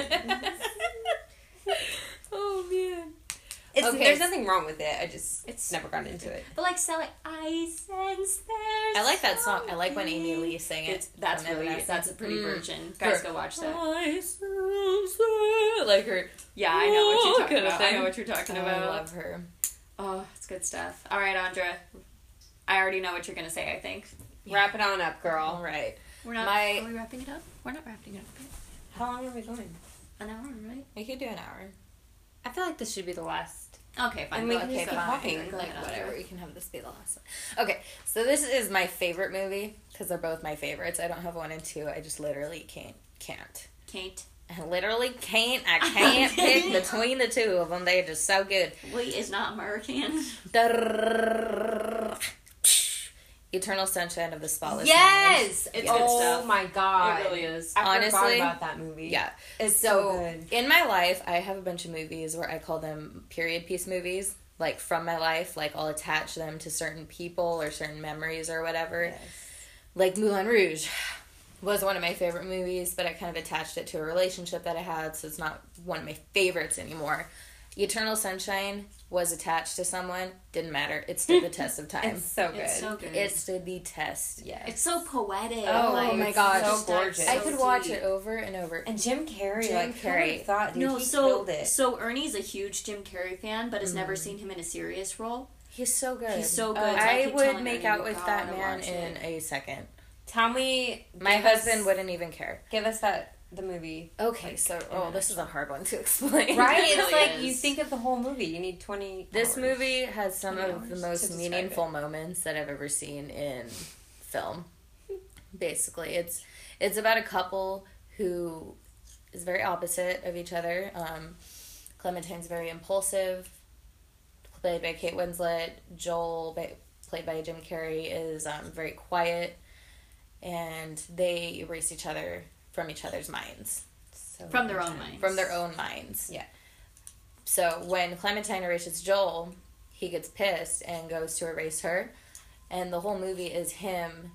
[SPEAKER 2] oh man.
[SPEAKER 3] It's,
[SPEAKER 2] Okay.
[SPEAKER 3] There's nothing wrong with it. I
[SPEAKER 1] It's-
[SPEAKER 3] just it's never got into it.
[SPEAKER 1] But like, Sally, I sense there's.
[SPEAKER 2] I like that song. I like when Amy
[SPEAKER 1] something."
[SPEAKER 2] Lee sang it.
[SPEAKER 1] It's, that's
[SPEAKER 2] from
[SPEAKER 1] really
[SPEAKER 2] Evanescence.
[SPEAKER 1] that's a pretty
[SPEAKER 2] Mm.
[SPEAKER 1] version. Guys,
[SPEAKER 2] Her- Oh,
[SPEAKER 1] go watch that.
[SPEAKER 2] I so sad. Like her.
[SPEAKER 1] Yeah, I know what you're
[SPEAKER 2] Ooh,
[SPEAKER 1] talking
[SPEAKER 2] kinda
[SPEAKER 1] about. I know
[SPEAKER 2] thing.
[SPEAKER 1] what you're talking
[SPEAKER 2] Oh, I
[SPEAKER 1] about.
[SPEAKER 2] love her.
[SPEAKER 1] Oh, it's good stuff. All right, Andra. I already know what you're gonna say. I think
[SPEAKER 2] Yeah.
[SPEAKER 3] Wrap it on up,
[SPEAKER 2] All
[SPEAKER 3] girl.
[SPEAKER 2] right.
[SPEAKER 1] we're not.
[SPEAKER 2] My-
[SPEAKER 1] are we wrapping it up? We're not wrapping it up. yet.
[SPEAKER 3] How long are we going?
[SPEAKER 1] An hour, right?
[SPEAKER 2] We could do an hour.
[SPEAKER 3] I feel like this should be the last.
[SPEAKER 1] Okay, fine.
[SPEAKER 3] And we
[SPEAKER 1] go
[SPEAKER 3] can
[SPEAKER 1] ahead.
[SPEAKER 2] okay,
[SPEAKER 3] just keep
[SPEAKER 1] Go ahead.
[SPEAKER 3] talking,
[SPEAKER 1] Go
[SPEAKER 2] Like
[SPEAKER 1] ahead, Andra.
[SPEAKER 2] whatever. We can have this be the last one. Okay, so this is my favorite movie because they're both my favorites. I don't have one and two. I just literally can't can't.
[SPEAKER 1] Kate,
[SPEAKER 2] I literally can't. I can't pick between the two of them. They're just so good.
[SPEAKER 1] Lee is not American.
[SPEAKER 2] Eternal Sunshine of the Spotless Mind.
[SPEAKER 3] Yes, it's
[SPEAKER 1] Yes.
[SPEAKER 3] good
[SPEAKER 1] Oh
[SPEAKER 3] stuff. my god,
[SPEAKER 1] It really is.
[SPEAKER 3] I forgot
[SPEAKER 2] Honestly,
[SPEAKER 3] about that movie.
[SPEAKER 2] Yeah.
[SPEAKER 3] it's so,
[SPEAKER 2] So,
[SPEAKER 3] good.
[SPEAKER 2] in my life, I have a bunch of movies where I call them period piece movies. Like from my life, like I'll attach them to certain people or certain memories or whatever. Like Moulin Rouge was one of my favorite movies, but I kind of attached it to a relationship that I had, so it's not one of my favorites anymore. Eternal Sunshine was attached to someone, didn't matter. It stood the test of time.
[SPEAKER 3] It's so good.
[SPEAKER 1] It's so good.
[SPEAKER 2] It stood the test.
[SPEAKER 3] yeah.
[SPEAKER 1] It's so poetic.
[SPEAKER 3] Oh
[SPEAKER 1] like,
[SPEAKER 2] my
[SPEAKER 1] it's
[SPEAKER 2] gosh.
[SPEAKER 1] so
[SPEAKER 2] So
[SPEAKER 1] gorgeous.
[SPEAKER 3] gorgeous.
[SPEAKER 2] I
[SPEAKER 3] So
[SPEAKER 2] could watch it over and over.
[SPEAKER 3] and Jim Carrey,
[SPEAKER 2] Jim
[SPEAKER 3] like who would've
[SPEAKER 2] Carrey.
[SPEAKER 3] thought dude,
[SPEAKER 1] No,
[SPEAKER 3] he
[SPEAKER 1] so
[SPEAKER 3] killed it.
[SPEAKER 1] so Ernie's a huge Jim Carrey fan, but has never seen him in a serious role.
[SPEAKER 2] He's so good.
[SPEAKER 1] He's so good.
[SPEAKER 3] Oh,
[SPEAKER 1] So
[SPEAKER 2] I
[SPEAKER 1] keep
[SPEAKER 2] would
[SPEAKER 1] telling
[SPEAKER 2] make
[SPEAKER 1] Ernie,
[SPEAKER 2] out
[SPEAKER 1] "You
[SPEAKER 2] with that
[SPEAKER 1] gotta
[SPEAKER 2] man
[SPEAKER 1] watch
[SPEAKER 2] in
[SPEAKER 1] it."
[SPEAKER 2] a second.
[SPEAKER 3] Tommy,
[SPEAKER 2] My
[SPEAKER 3] give
[SPEAKER 2] husband
[SPEAKER 3] us-
[SPEAKER 2] wouldn't even care.
[SPEAKER 3] give us that the movie.
[SPEAKER 2] Okay,
[SPEAKER 3] Like,
[SPEAKER 2] so
[SPEAKER 3] in
[SPEAKER 2] oh,
[SPEAKER 3] a-
[SPEAKER 2] this is a hard one to explain.
[SPEAKER 3] Right?
[SPEAKER 1] It
[SPEAKER 3] it's
[SPEAKER 1] really
[SPEAKER 3] like you
[SPEAKER 1] is.
[SPEAKER 3] think of the whole movie. You need twenty.
[SPEAKER 2] This
[SPEAKER 3] hours.
[SPEAKER 2] movie has some
[SPEAKER 1] Three
[SPEAKER 2] of the
[SPEAKER 1] hours
[SPEAKER 2] most
[SPEAKER 3] to describe
[SPEAKER 2] meaningful moments that I've ever seen in film. Basically, it's it's about a couple who is very opposite of each other. Um, Clementine's very impulsive, played by Kate Winslet. Joel, ba- played by Jim Carrey, is um, very quiet, and they erase each other from each other's minds,
[SPEAKER 3] So
[SPEAKER 1] from their
[SPEAKER 3] good.
[SPEAKER 1] own minds.
[SPEAKER 2] from their own minds.
[SPEAKER 3] Yeah.
[SPEAKER 2] So when Clementine erases Joel, he gets pissed and goes to erase her. And the whole movie is him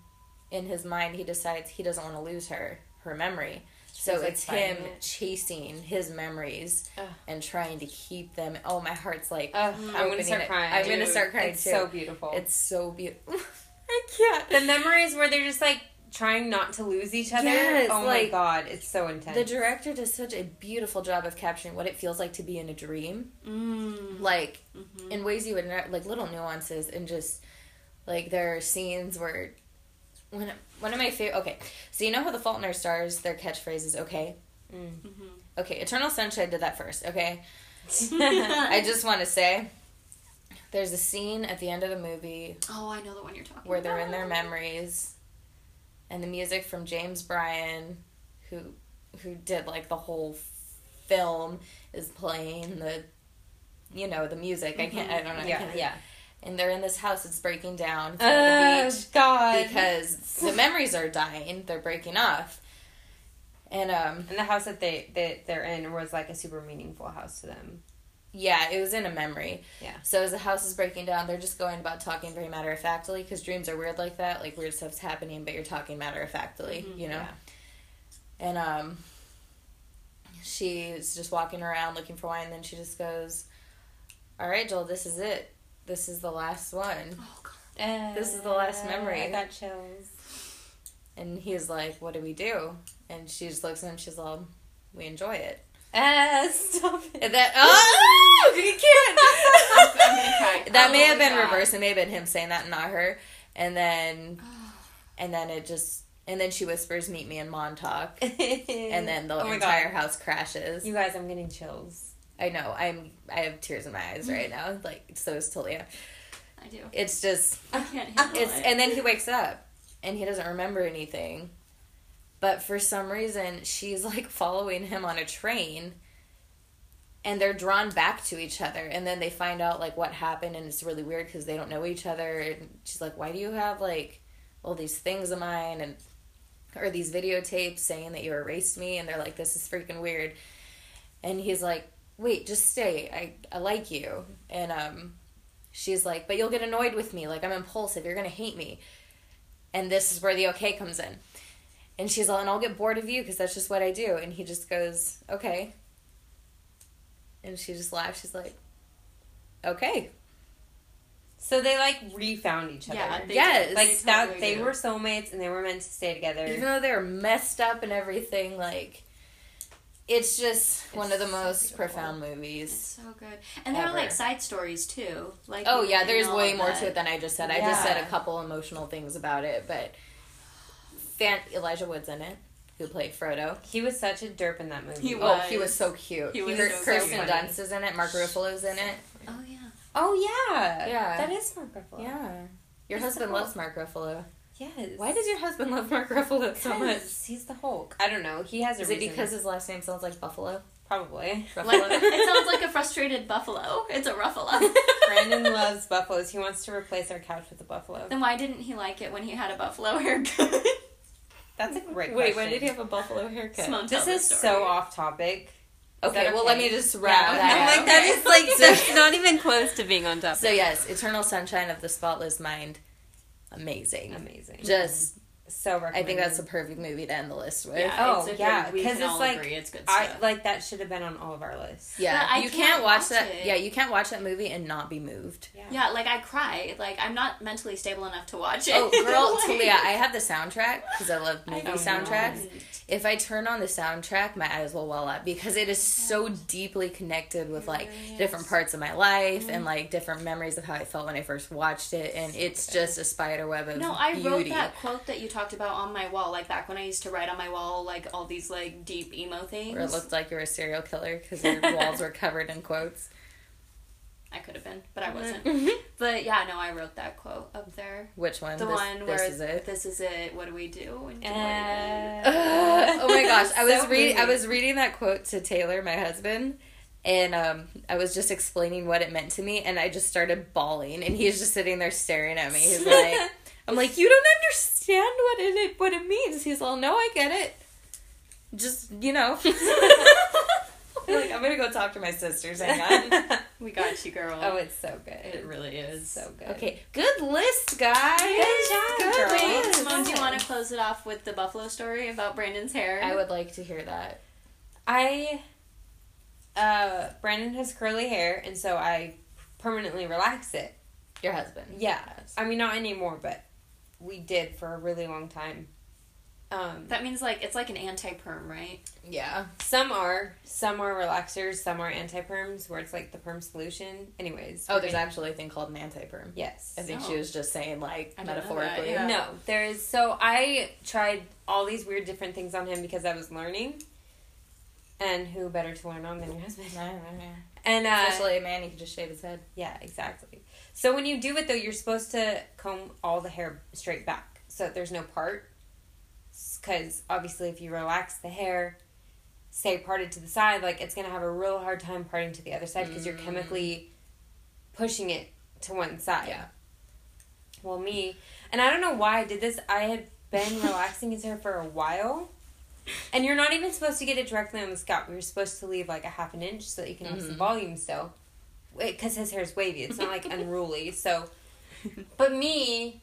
[SPEAKER 2] in his mind. He decides he doesn't want to lose her, her memory. So
[SPEAKER 3] He's, like,
[SPEAKER 2] it's him
[SPEAKER 3] fighting it.
[SPEAKER 2] chasing his memories
[SPEAKER 3] Ugh.
[SPEAKER 2] and trying to keep them. Oh, my heart's like,
[SPEAKER 3] Ugh, I'm
[SPEAKER 2] opening
[SPEAKER 3] gonna start
[SPEAKER 2] it.
[SPEAKER 3] crying.
[SPEAKER 2] I'm gonna
[SPEAKER 3] dude.
[SPEAKER 2] start crying
[SPEAKER 3] It's
[SPEAKER 2] too.
[SPEAKER 3] so beautiful.
[SPEAKER 2] it's so beautiful. I can't.
[SPEAKER 3] the memories where they're just like trying not to lose each other.
[SPEAKER 2] Yes,
[SPEAKER 3] oh my
[SPEAKER 2] like,
[SPEAKER 3] god, it's so intense.
[SPEAKER 2] The director does such a beautiful job of capturing what it feels like to be in a dream.
[SPEAKER 1] Mm.
[SPEAKER 2] Like, in ways you would not like little nuances and just like there are scenes where one one of my favorite okay so you know how the fault in our stars their catchphrase is okay
[SPEAKER 3] Mm.
[SPEAKER 2] okay eternal sunshine did that first okay
[SPEAKER 1] Mhm.
[SPEAKER 2] i just want to say there's a scene at the end of the movie
[SPEAKER 1] oh, I know the one you're talking
[SPEAKER 2] where
[SPEAKER 1] about. Oh,
[SPEAKER 2] they're in their memories and the music from james bryan who who did like the whole film is playing the you know the music i can't i don't know I
[SPEAKER 3] Mm-hmm. yeah,
[SPEAKER 2] can't-
[SPEAKER 3] yeah.
[SPEAKER 2] and they're in this house that's breaking down from the
[SPEAKER 3] Oh
[SPEAKER 2] beach
[SPEAKER 3] god.
[SPEAKER 2] because the memories are dying they're breaking off and um
[SPEAKER 3] and the house that they that they're in was like a super meaningful house to them.
[SPEAKER 2] yeah, it was in a memory.
[SPEAKER 3] Yeah.
[SPEAKER 2] So as the house is breaking down, they're just going about talking very matter of factly because dreams are weird like that. Like weird stuff's happening, but you're talking matter of factly,
[SPEAKER 1] Mhm,
[SPEAKER 2] you know.
[SPEAKER 3] Mm-hmm, yeah.
[SPEAKER 2] And um, she's just walking around looking for wine. And then she just goes, "All right, Joel, this is it. This is the last one."
[SPEAKER 1] Oh god.
[SPEAKER 2] This is the last memory.
[SPEAKER 3] I got chills.
[SPEAKER 2] And he's like, "What do we do?" And she just looks at him. She's all, "We enjoy it."
[SPEAKER 3] Uh, stop it.
[SPEAKER 2] And that oh, you can't.
[SPEAKER 1] I'm gonna cry.
[SPEAKER 2] that may
[SPEAKER 1] Oh,
[SPEAKER 2] have been
[SPEAKER 1] God.
[SPEAKER 2] reversed. It may have been him saying that, and not her. And then, and then it just, and then she whispers, "Meet me in Montauk." And then the
[SPEAKER 3] Oh my
[SPEAKER 2] entire house crashes.
[SPEAKER 3] You guys, I'm getting chills.
[SPEAKER 2] I know. I'm. I have tears in my eyes right now. Like so is Talia.
[SPEAKER 1] I do.
[SPEAKER 2] It's just.
[SPEAKER 1] I can't handle
[SPEAKER 2] It's
[SPEAKER 1] it.
[SPEAKER 2] and then he wakes up, and he doesn't remember anything. But for some reason, she's like following him on a train. And they're drawn back to each other, and then they find out like what happened, and it's really weird because they don't know each other. And she's like, "Why do you have like all these things of mine and or these videotapes saying that you erased me?" And they're like, "This is freaking weird." And he's like, "Wait, just stay. I I like you." And um, she's like, "But you'll get annoyed with me. Like I'm impulsive. You're gonna hate me." And this is where the okay comes in. And she's all, "And I'll get bored of you because that's just what I do." And he just goes, "Okay." And she just laughs. She's like, "Okay."
[SPEAKER 3] So they like refound each other.
[SPEAKER 1] yeah, they
[SPEAKER 2] Yes.
[SPEAKER 1] do.
[SPEAKER 3] like
[SPEAKER 1] They
[SPEAKER 3] that,
[SPEAKER 1] totally
[SPEAKER 3] they
[SPEAKER 1] do.
[SPEAKER 3] were soulmates and they were meant to stay together.
[SPEAKER 2] Even though they're messed up and everything, like it's just one of the
[SPEAKER 3] so
[SPEAKER 2] most
[SPEAKER 3] beautiful.
[SPEAKER 2] profound
[SPEAKER 1] It's
[SPEAKER 2] movies.
[SPEAKER 1] so good, and there are
[SPEAKER 2] Ever.
[SPEAKER 1] like side stories too. Like
[SPEAKER 2] Oh yeah,
[SPEAKER 1] and
[SPEAKER 2] there's
[SPEAKER 1] all
[SPEAKER 2] way
[SPEAKER 1] of
[SPEAKER 2] more
[SPEAKER 1] that.
[SPEAKER 2] to it than I just said. I just said
[SPEAKER 3] Yeah.
[SPEAKER 2] a couple emotional things about it, but fan- Elijah Wood's in it, who played Frodo.
[SPEAKER 3] he was such a derp in that movie.
[SPEAKER 1] He
[SPEAKER 2] Oh,
[SPEAKER 1] was.
[SPEAKER 2] he was so cute.
[SPEAKER 1] He was
[SPEAKER 2] Kir-
[SPEAKER 1] so
[SPEAKER 2] Kirsten
[SPEAKER 3] funny.
[SPEAKER 2] Dunst is in it. Mark Ruffalo's in it.
[SPEAKER 1] Oh yeah.
[SPEAKER 3] Oh yeah,
[SPEAKER 2] Yeah.
[SPEAKER 3] That is Mark Ruffalo.
[SPEAKER 2] Yeah. Your
[SPEAKER 3] He's
[SPEAKER 2] husband
[SPEAKER 3] so-
[SPEAKER 2] loves Mark Ruffalo.
[SPEAKER 3] Yes.
[SPEAKER 2] Why does your husband love Mark Ruffalo so much?
[SPEAKER 3] Because He's the Hulk. I don't know. He has a
[SPEAKER 2] Is it
[SPEAKER 3] reason.
[SPEAKER 2] because his last name sounds like Buffalo?
[SPEAKER 3] probably
[SPEAKER 1] Like, it
[SPEAKER 2] Ruffalo?
[SPEAKER 1] sounds like a frustrated buffalo. It's a ruffalo.
[SPEAKER 3] Brandon loves buffaloes. He wants to replace our couch with a buffalo.
[SPEAKER 1] then why didn't he like it when he had a buffalo haircut?
[SPEAKER 3] That's a
[SPEAKER 2] Wait,
[SPEAKER 3] great. question.
[SPEAKER 2] when did he have a buffalo haircut?
[SPEAKER 1] Simone, tell
[SPEAKER 3] This
[SPEAKER 1] the
[SPEAKER 3] is
[SPEAKER 1] story.
[SPEAKER 3] so off topic.
[SPEAKER 2] Okay,
[SPEAKER 3] that
[SPEAKER 2] well, let
[SPEAKER 3] okay?
[SPEAKER 2] me just wrap
[SPEAKER 1] Yeah,
[SPEAKER 2] that
[SPEAKER 1] I'm
[SPEAKER 2] up.
[SPEAKER 1] like, that is, like,
[SPEAKER 2] that's
[SPEAKER 3] not even close to being on topic.
[SPEAKER 2] So, yes, Eternal Sunshine of the Spotless Mind. Amazing.
[SPEAKER 3] amazing.
[SPEAKER 2] Just,
[SPEAKER 3] so recommended.
[SPEAKER 2] I think that's the perfect movie to end the list with.
[SPEAKER 1] Yeah,
[SPEAKER 3] Oh,
[SPEAKER 1] it's a
[SPEAKER 3] yeah,
[SPEAKER 1] good. We
[SPEAKER 3] 'cause
[SPEAKER 1] can
[SPEAKER 3] it's
[SPEAKER 1] all
[SPEAKER 3] like-
[SPEAKER 1] agree it's good
[SPEAKER 3] I
[SPEAKER 1] stuff.
[SPEAKER 3] like that should have been on all of our lists.
[SPEAKER 2] Yeah,
[SPEAKER 1] But I
[SPEAKER 2] you can't,
[SPEAKER 1] can't
[SPEAKER 2] watch
[SPEAKER 1] watch
[SPEAKER 2] that.
[SPEAKER 1] it.
[SPEAKER 2] Yeah, you can't watch that movie and not be moved.
[SPEAKER 1] yeah, like I cry. Like I'm not mentally stable enough to watch it.
[SPEAKER 2] Oh, girl,
[SPEAKER 1] Like-
[SPEAKER 2] Talia, I have the soundtrack because I love movie
[SPEAKER 3] know.
[SPEAKER 2] soundtracks. If I turn on the soundtrack, my eyes will well up because it is so deeply connected with like different parts of my life and like different memories of how I felt when I first watched it, and it's just a spider web of
[SPEAKER 1] No, I
[SPEAKER 2] beauty.
[SPEAKER 1] wrote that quote that you talked about on my wall, like back when I used to write on my wall, like all these like deep emo things.
[SPEAKER 2] Where it looked like you were a serial killer because your walls were covered in quotes.
[SPEAKER 1] I could have been, but I
[SPEAKER 3] Mm-hmm.
[SPEAKER 1] wasn't. but yeah, no, I wrote that quote up there.
[SPEAKER 2] Which one?
[SPEAKER 1] The
[SPEAKER 2] this,
[SPEAKER 1] one
[SPEAKER 2] this
[SPEAKER 1] where
[SPEAKER 2] is it.
[SPEAKER 1] this is it. What do we do? Enjoy it.
[SPEAKER 2] Ugh, oh my gosh, I was
[SPEAKER 3] So
[SPEAKER 2] reading. I
[SPEAKER 3] moving.
[SPEAKER 2] was reading that quote to Taylor, my husband, and um, I was just explaining what it meant to me, and I just started bawling, and he's just sitting there staring at me. He's like, "I'm like, you don't understand what it what it means." He's all, "No, I get it. Just you know." I'm like, I'm gonna go talk to my sisters. Hang on.
[SPEAKER 1] We got you, girl.
[SPEAKER 3] oh, it's so good.
[SPEAKER 1] it really is.
[SPEAKER 3] so good.
[SPEAKER 2] Okay, good list, guys.
[SPEAKER 3] Good job,
[SPEAKER 2] Good
[SPEAKER 3] girl.
[SPEAKER 1] Wait,
[SPEAKER 2] list.
[SPEAKER 1] Simone, do you want to close it off with the buffalo story about Brandon's hair?
[SPEAKER 2] I would like to hear that.
[SPEAKER 3] I uh Brandon has curly hair and so I permanently relax it.
[SPEAKER 2] Your husband.
[SPEAKER 3] Yeah. I mean not anymore, but we did for a really long time. Um
[SPEAKER 1] That means like it's like an anti-perm, right?
[SPEAKER 2] Yeah.
[SPEAKER 3] some are some are relaxers, some are anti-perms where it's like the perm solution. Anyways.
[SPEAKER 2] Oh,
[SPEAKER 3] we're
[SPEAKER 2] there's
[SPEAKER 3] gonna-
[SPEAKER 2] actually a thing called an anti-perm.
[SPEAKER 3] Yes.
[SPEAKER 2] I think
[SPEAKER 1] Oh.
[SPEAKER 2] she was just saying like
[SPEAKER 1] I didn't know that,
[SPEAKER 2] metaphorically.
[SPEAKER 1] yeah.
[SPEAKER 3] No, there is. So I tried all these weird different things on him because I was learning. And who better to learn on than your husband? And uh,
[SPEAKER 2] Especially a man, he could just shave his head.
[SPEAKER 3] yeah, exactly. So when you do it though, you're supposed to comb all the hair straight back so that there's no part. Because obviously, if you relax the hair, say parted to the side, like it's gonna have a real hard time parting to the other side because you're chemically pushing it to one side.
[SPEAKER 2] Mm. Yeah.
[SPEAKER 3] Well, me, and I don't know why I did this. I had been relaxing his hair for a while,
[SPEAKER 2] Mm-hmm.
[SPEAKER 3] and you're not even supposed to get it directly on the scalp. You're supposed to leave like a half an inch so that you can have some volume still. because his hair's wavy. It's not like unruly. So, but me,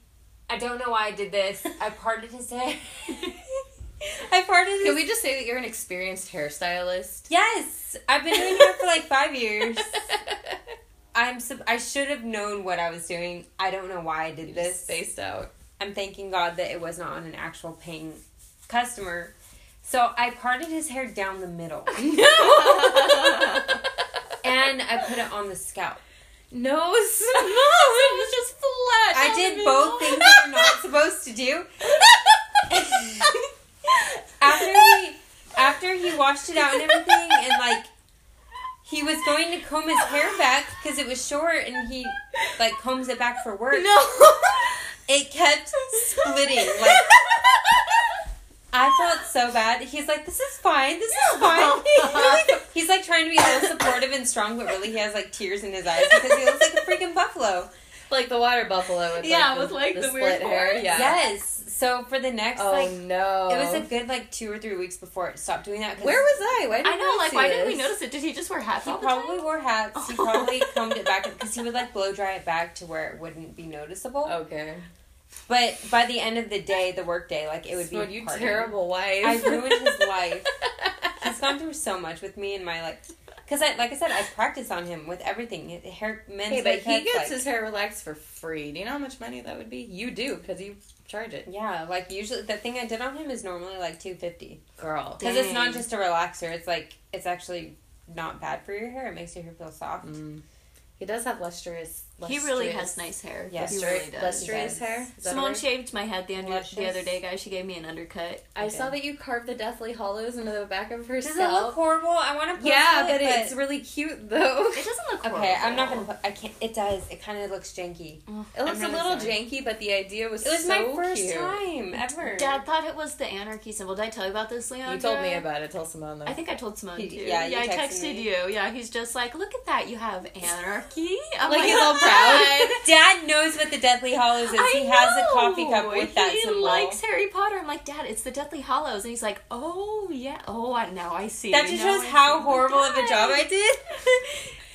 [SPEAKER 3] I don't know why I did this. I parted his hair. I parted
[SPEAKER 2] Can
[SPEAKER 3] his.
[SPEAKER 2] we just say that you're an experienced hairstylist?
[SPEAKER 3] yes, I've been doing that for like five years. I'm. Sub- I should have known what I was doing. I don't know why I
[SPEAKER 2] This
[SPEAKER 3] did this.
[SPEAKER 2] spaced out.
[SPEAKER 3] I'm thanking God that it was not on an actual paying customer. So I parted his hair down the middle and I put it on the scalp.
[SPEAKER 2] No, it's not. It was just flat.
[SPEAKER 3] I
[SPEAKER 2] down the
[SPEAKER 3] did
[SPEAKER 2] middle.
[SPEAKER 3] both things that you're not supposed to do. after he after he washed it out and everything and like he was going to comb his hair back because it was short and he like combs it back for work.
[SPEAKER 2] No.
[SPEAKER 3] It kept splitting. Like I felt so bad. He's like, This is fine, this is fine. He's like trying to be a little supportive and strong, but really he has like tears in his eyes because he looks like a freaking buffalo.
[SPEAKER 2] like the water buffalo. With
[SPEAKER 1] Yeah,
[SPEAKER 2] like
[SPEAKER 1] with,
[SPEAKER 2] the,
[SPEAKER 1] like,
[SPEAKER 2] the,
[SPEAKER 1] the
[SPEAKER 2] split
[SPEAKER 1] weird
[SPEAKER 2] hair.
[SPEAKER 1] horns.
[SPEAKER 2] Yeah.
[SPEAKER 3] Yes. So for the next
[SPEAKER 2] Oh
[SPEAKER 3] like
[SPEAKER 2] no.
[SPEAKER 3] It was a good like two or three weeks before it stopped doing that. 'cause
[SPEAKER 2] Where was I? Why did
[SPEAKER 1] I know, like, why didn't we
[SPEAKER 2] this?
[SPEAKER 1] notice it? Did he just wear hats
[SPEAKER 3] he
[SPEAKER 1] all the
[SPEAKER 3] probably
[SPEAKER 1] time?
[SPEAKER 3] wore hats. He
[SPEAKER 1] Oh.
[SPEAKER 3] probably combed it back because he would like blow dry it back to where it wouldn't be noticeable.
[SPEAKER 2] Okay.
[SPEAKER 3] But by the end of the day, the work day, like it would
[SPEAKER 2] Smoke,
[SPEAKER 3] be
[SPEAKER 2] you
[SPEAKER 3] parting.
[SPEAKER 2] terrible wife.
[SPEAKER 3] I ruined his life. He's gone through so much with me and my like, because I like I said I practice on him with everything. His Hair, men's
[SPEAKER 2] Hey, but
[SPEAKER 3] like,
[SPEAKER 2] he gets
[SPEAKER 3] like,
[SPEAKER 2] his hair relaxed for free. Do you know how much money that would be? You do because you charge it,
[SPEAKER 3] yeah. Like usually, the thing I did on him is normally like two fifty
[SPEAKER 2] girl.
[SPEAKER 3] because it's not
[SPEAKER 1] Dang.
[SPEAKER 3] just a relaxer. It's like it's actually not bad for your hair. It makes your hair feel soft.
[SPEAKER 2] Mm. He does have lustrous.
[SPEAKER 1] He
[SPEAKER 2] lustrous
[SPEAKER 1] really has nice hair.
[SPEAKER 3] Yes,
[SPEAKER 1] he
[SPEAKER 2] lustrous,
[SPEAKER 1] really does.
[SPEAKER 2] lustrous
[SPEAKER 3] He does.
[SPEAKER 2] hair. Is that a
[SPEAKER 1] Simone
[SPEAKER 2] word?
[SPEAKER 1] shaved my head the, under,
[SPEAKER 3] Luscious.
[SPEAKER 1] the other day, guys. She gave me an undercut.
[SPEAKER 2] I
[SPEAKER 3] Okay.
[SPEAKER 2] saw that you carved the Deathly Hollows into the back of her
[SPEAKER 3] Does it look
[SPEAKER 2] scalp.
[SPEAKER 3] horrible? I want to post
[SPEAKER 2] yeah,
[SPEAKER 3] it,
[SPEAKER 2] but it's really cute though.
[SPEAKER 1] It doesn't look
[SPEAKER 3] Okay, I'm not gonna.
[SPEAKER 1] horrible.
[SPEAKER 3] Put, I can't. It does. It kind of looks janky.
[SPEAKER 2] It looks
[SPEAKER 3] really
[SPEAKER 2] a little
[SPEAKER 3] sorry.
[SPEAKER 2] janky, but the idea was
[SPEAKER 3] It was
[SPEAKER 2] so
[SPEAKER 3] my first
[SPEAKER 2] cute.
[SPEAKER 3] time ever.
[SPEAKER 1] Dad thought it was the anarchy symbol. Did I tell you about this, Leon?
[SPEAKER 2] You told me about it. Tell Simone though.
[SPEAKER 1] I think I told Simone
[SPEAKER 3] He-
[SPEAKER 1] too.
[SPEAKER 3] yeah, you
[SPEAKER 1] I
[SPEAKER 3] texted
[SPEAKER 1] texted
[SPEAKER 3] me.
[SPEAKER 1] you. Yeah, he's just like, look at that, you have anarchy. I'm
[SPEAKER 2] Like, he's all proud.
[SPEAKER 3] Dad knows what the Deathly Hollows is.
[SPEAKER 1] I
[SPEAKER 3] he has a coffee
[SPEAKER 1] know.
[SPEAKER 3] cup with that
[SPEAKER 1] He
[SPEAKER 3] symbol.
[SPEAKER 1] likes Harry Potter. I'm like, Dad, it's the Deathly Hollows, and he's like, Oh yeah, oh I, now I see.
[SPEAKER 3] that just
[SPEAKER 1] Now
[SPEAKER 3] shows
[SPEAKER 1] I
[SPEAKER 3] how
[SPEAKER 1] see."
[SPEAKER 3] horrible of a job I did.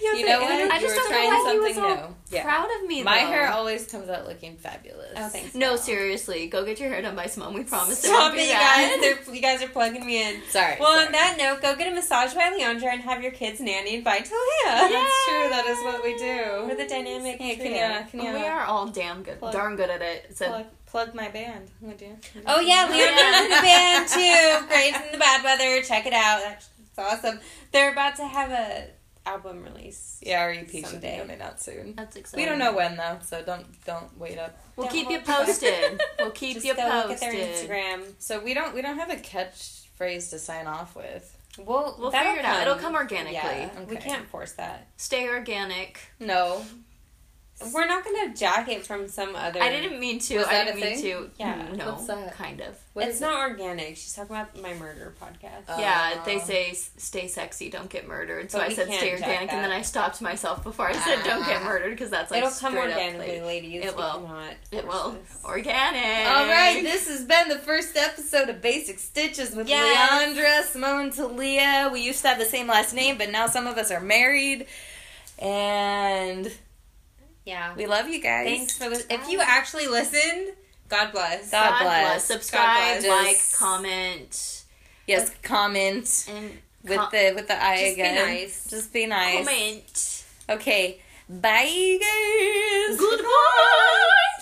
[SPEAKER 1] Yeah,
[SPEAKER 2] you
[SPEAKER 1] but
[SPEAKER 2] know
[SPEAKER 1] I
[SPEAKER 2] what?
[SPEAKER 1] don't- I
[SPEAKER 2] you
[SPEAKER 1] just
[SPEAKER 2] were
[SPEAKER 1] don't know
[SPEAKER 2] trying
[SPEAKER 1] why he was
[SPEAKER 2] something
[SPEAKER 1] all
[SPEAKER 2] new. Yeah.
[SPEAKER 1] Proud of me.
[SPEAKER 2] My
[SPEAKER 1] though.
[SPEAKER 2] hair always comes out looking fabulous.
[SPEAKER 3] Oh, thanks.
[SPEAKER 1] No, seriously, go get your hair done by Simone. We promise it
[SPEAKER 3] Stop
[SPEAKER 1] won't be
[SPEAKER 3] it, you guys.
[SPEAKER 1] bad.
[SPEAKER 3] They're, you guys are plugging me in.
[SPEAKER 2] Sorry.
[SPEAKER 3] Well,
[SPEAKER 2] sorry.
[SPEAKER 3] on that note, go get a massage by Leandra and have your kids nannied by Talia.
[SPEAKER 1] Yeah.
[SPEAKER 2] That's true. That is what we do.
[SPEAKER 3] We're the dynamic
[SPEAKER 2] Hey,
[SPEAKER 3] trio.
[SPEAKER 2] Kenya, Kenya.
[SPEAKER 1] Oh, We are all damn good,
[SPEAKER 2] Plug.
[SPEAKER 1] darn good at it. So
[SPEAKER 2] plug, plug my band. Would you?
[SPEAKER 3] Oh yeah, Leonardo's in the
[SPEAKER 1] Yeah.
[SPEAKER 3] band too. Graves in the Bad Weather. Check it out. That's it's awesome. They're about to have a album release.
[SPEAKER 2] Yeah, our EP should be
[SPEAKER 3] Someday.
[SPEAKER 2] coming out soon.
[SPEAKER 1] that's exciting.
[SPEAKER 2] We don't know when though, so don't don't wait up.
[SPEAKER 1] We'll
[SPEAKER 3] Don't
[SPEAKER 1] keep you
[SPEAKER 3] hold back.
[SPEAKER 1] posted. We'll keep
[SPEAKER 3] Just
[SPEAKER 1] you
[SPEAKER 3] go
[SPEAKER 1] posted.
[SPEAKER 3] look at their Instagram.
[SPEAKER 2] So we don't we don't have a catchphrase to sign off with.
[SPEAKER 3] We'll
[SPEAKER 1] We'll
[SPEAKER 3] that'll
[SPEAKER 1] figure it out. It'll come organically.
[SPEAKER 3] Yeah, we
[SPEAKER 2] Okay.
[SPEAKER 3] can't force that.
[SPEAKER 1] Stay organic.
[SPEAKER 2] No.
[SPEAKER 3] We're not gonna jack it from some other.
[SPEAKER 1] I didn't mean to.
[SPEAKER 2] Was
[SPEAKER 1] I
[SPEAKER 2] that
[SPEAKER 1] didn't
[SPEAKER 2] a
[SPEAKER 1] mean
[SPEAKER 2] thing?
[SPEAKER 1] to.
[SPEAKER 3] Yeah.
[SPEAKER 1] Mm, No.
[SPEAKER 2] What's that?
[SPEAKER 1] Kind of.
[SPEAKER 2] What
[SPEAKER 3] it's
[SPEAKER 2] is
[SPEAKER 3] not organic. She's talking about my murder podcast.
[SPEAKER 2] Uh,
[SPEAKER 1] yeah, they say s- stay sexy, don't get murdered. So
[SPEAKER 3] But
[SPEAKER 1] I
[SPEAKER 3] we
[SPEAKER 1] said
[SPEAKER 3] can't
[SPEAKER 1] stay
[SPEAKER 3] jack
[SPEAKER 1] organic, and then
[SPEAKER 3] that.
[SPEAKER 1] I stopped myself before I said don't get
[SPEAKER 2] Ah.
[SPEAKER 1] murdered because that's like
[SPEAKER 3] It'll come
[SPEAKER 1] straight up,
[SPEAKER 3] organically,
[SPEAKER 1] like,
[SPEAKER 3] ladies.
[SPEAKER 1] It
[SPEAKER 3] We
[SPEAKER 1] will.
[SPEAKER 3] cannot
[SPEAKER 1] it
[SPEAKER 3] force
[SPEAKER 1] will
[SPEAKER 3] this.
[SPEAKER 1] organic.
[SPEAKER 2] All right, this has been the first episode of Basic Stitches with Leandra,
[SPEAKER 3] Yes.
[SPEAKER 2] Simone, Talia. We used to have the same last name, but now some of us are married, and
[SPEAKER 3] Yeah.
[SPEAKER 2] we love you guys.
[SPEAKER 3] Thanks for listening. If you actually listened, God bless.
[SPEAKER 2] God
[SPEAKER 1] God,
[SPEAKER 2] bless.
[SPEAKER 1] bless. Subscribe,
[SPEAKER 2] God bless.
[SPEAKER 1] like, comment,
[SPEAKER 2] Yes, comment
[SPEAKER 1] and
[SPEAKER 2] with
[SPEAKER 1] com-
[SPEAKER 2] the with the eye
[SPEAKER 3] Just be
[SPEAKER 2] again.
[SPEAKER 3] nice.
[SPEAKER 2] Just be nice.
[SPEAKER 1] comment.
[SPEAKER 2] Okay, bye, guys.
[SPEAKER 1] Goodbye.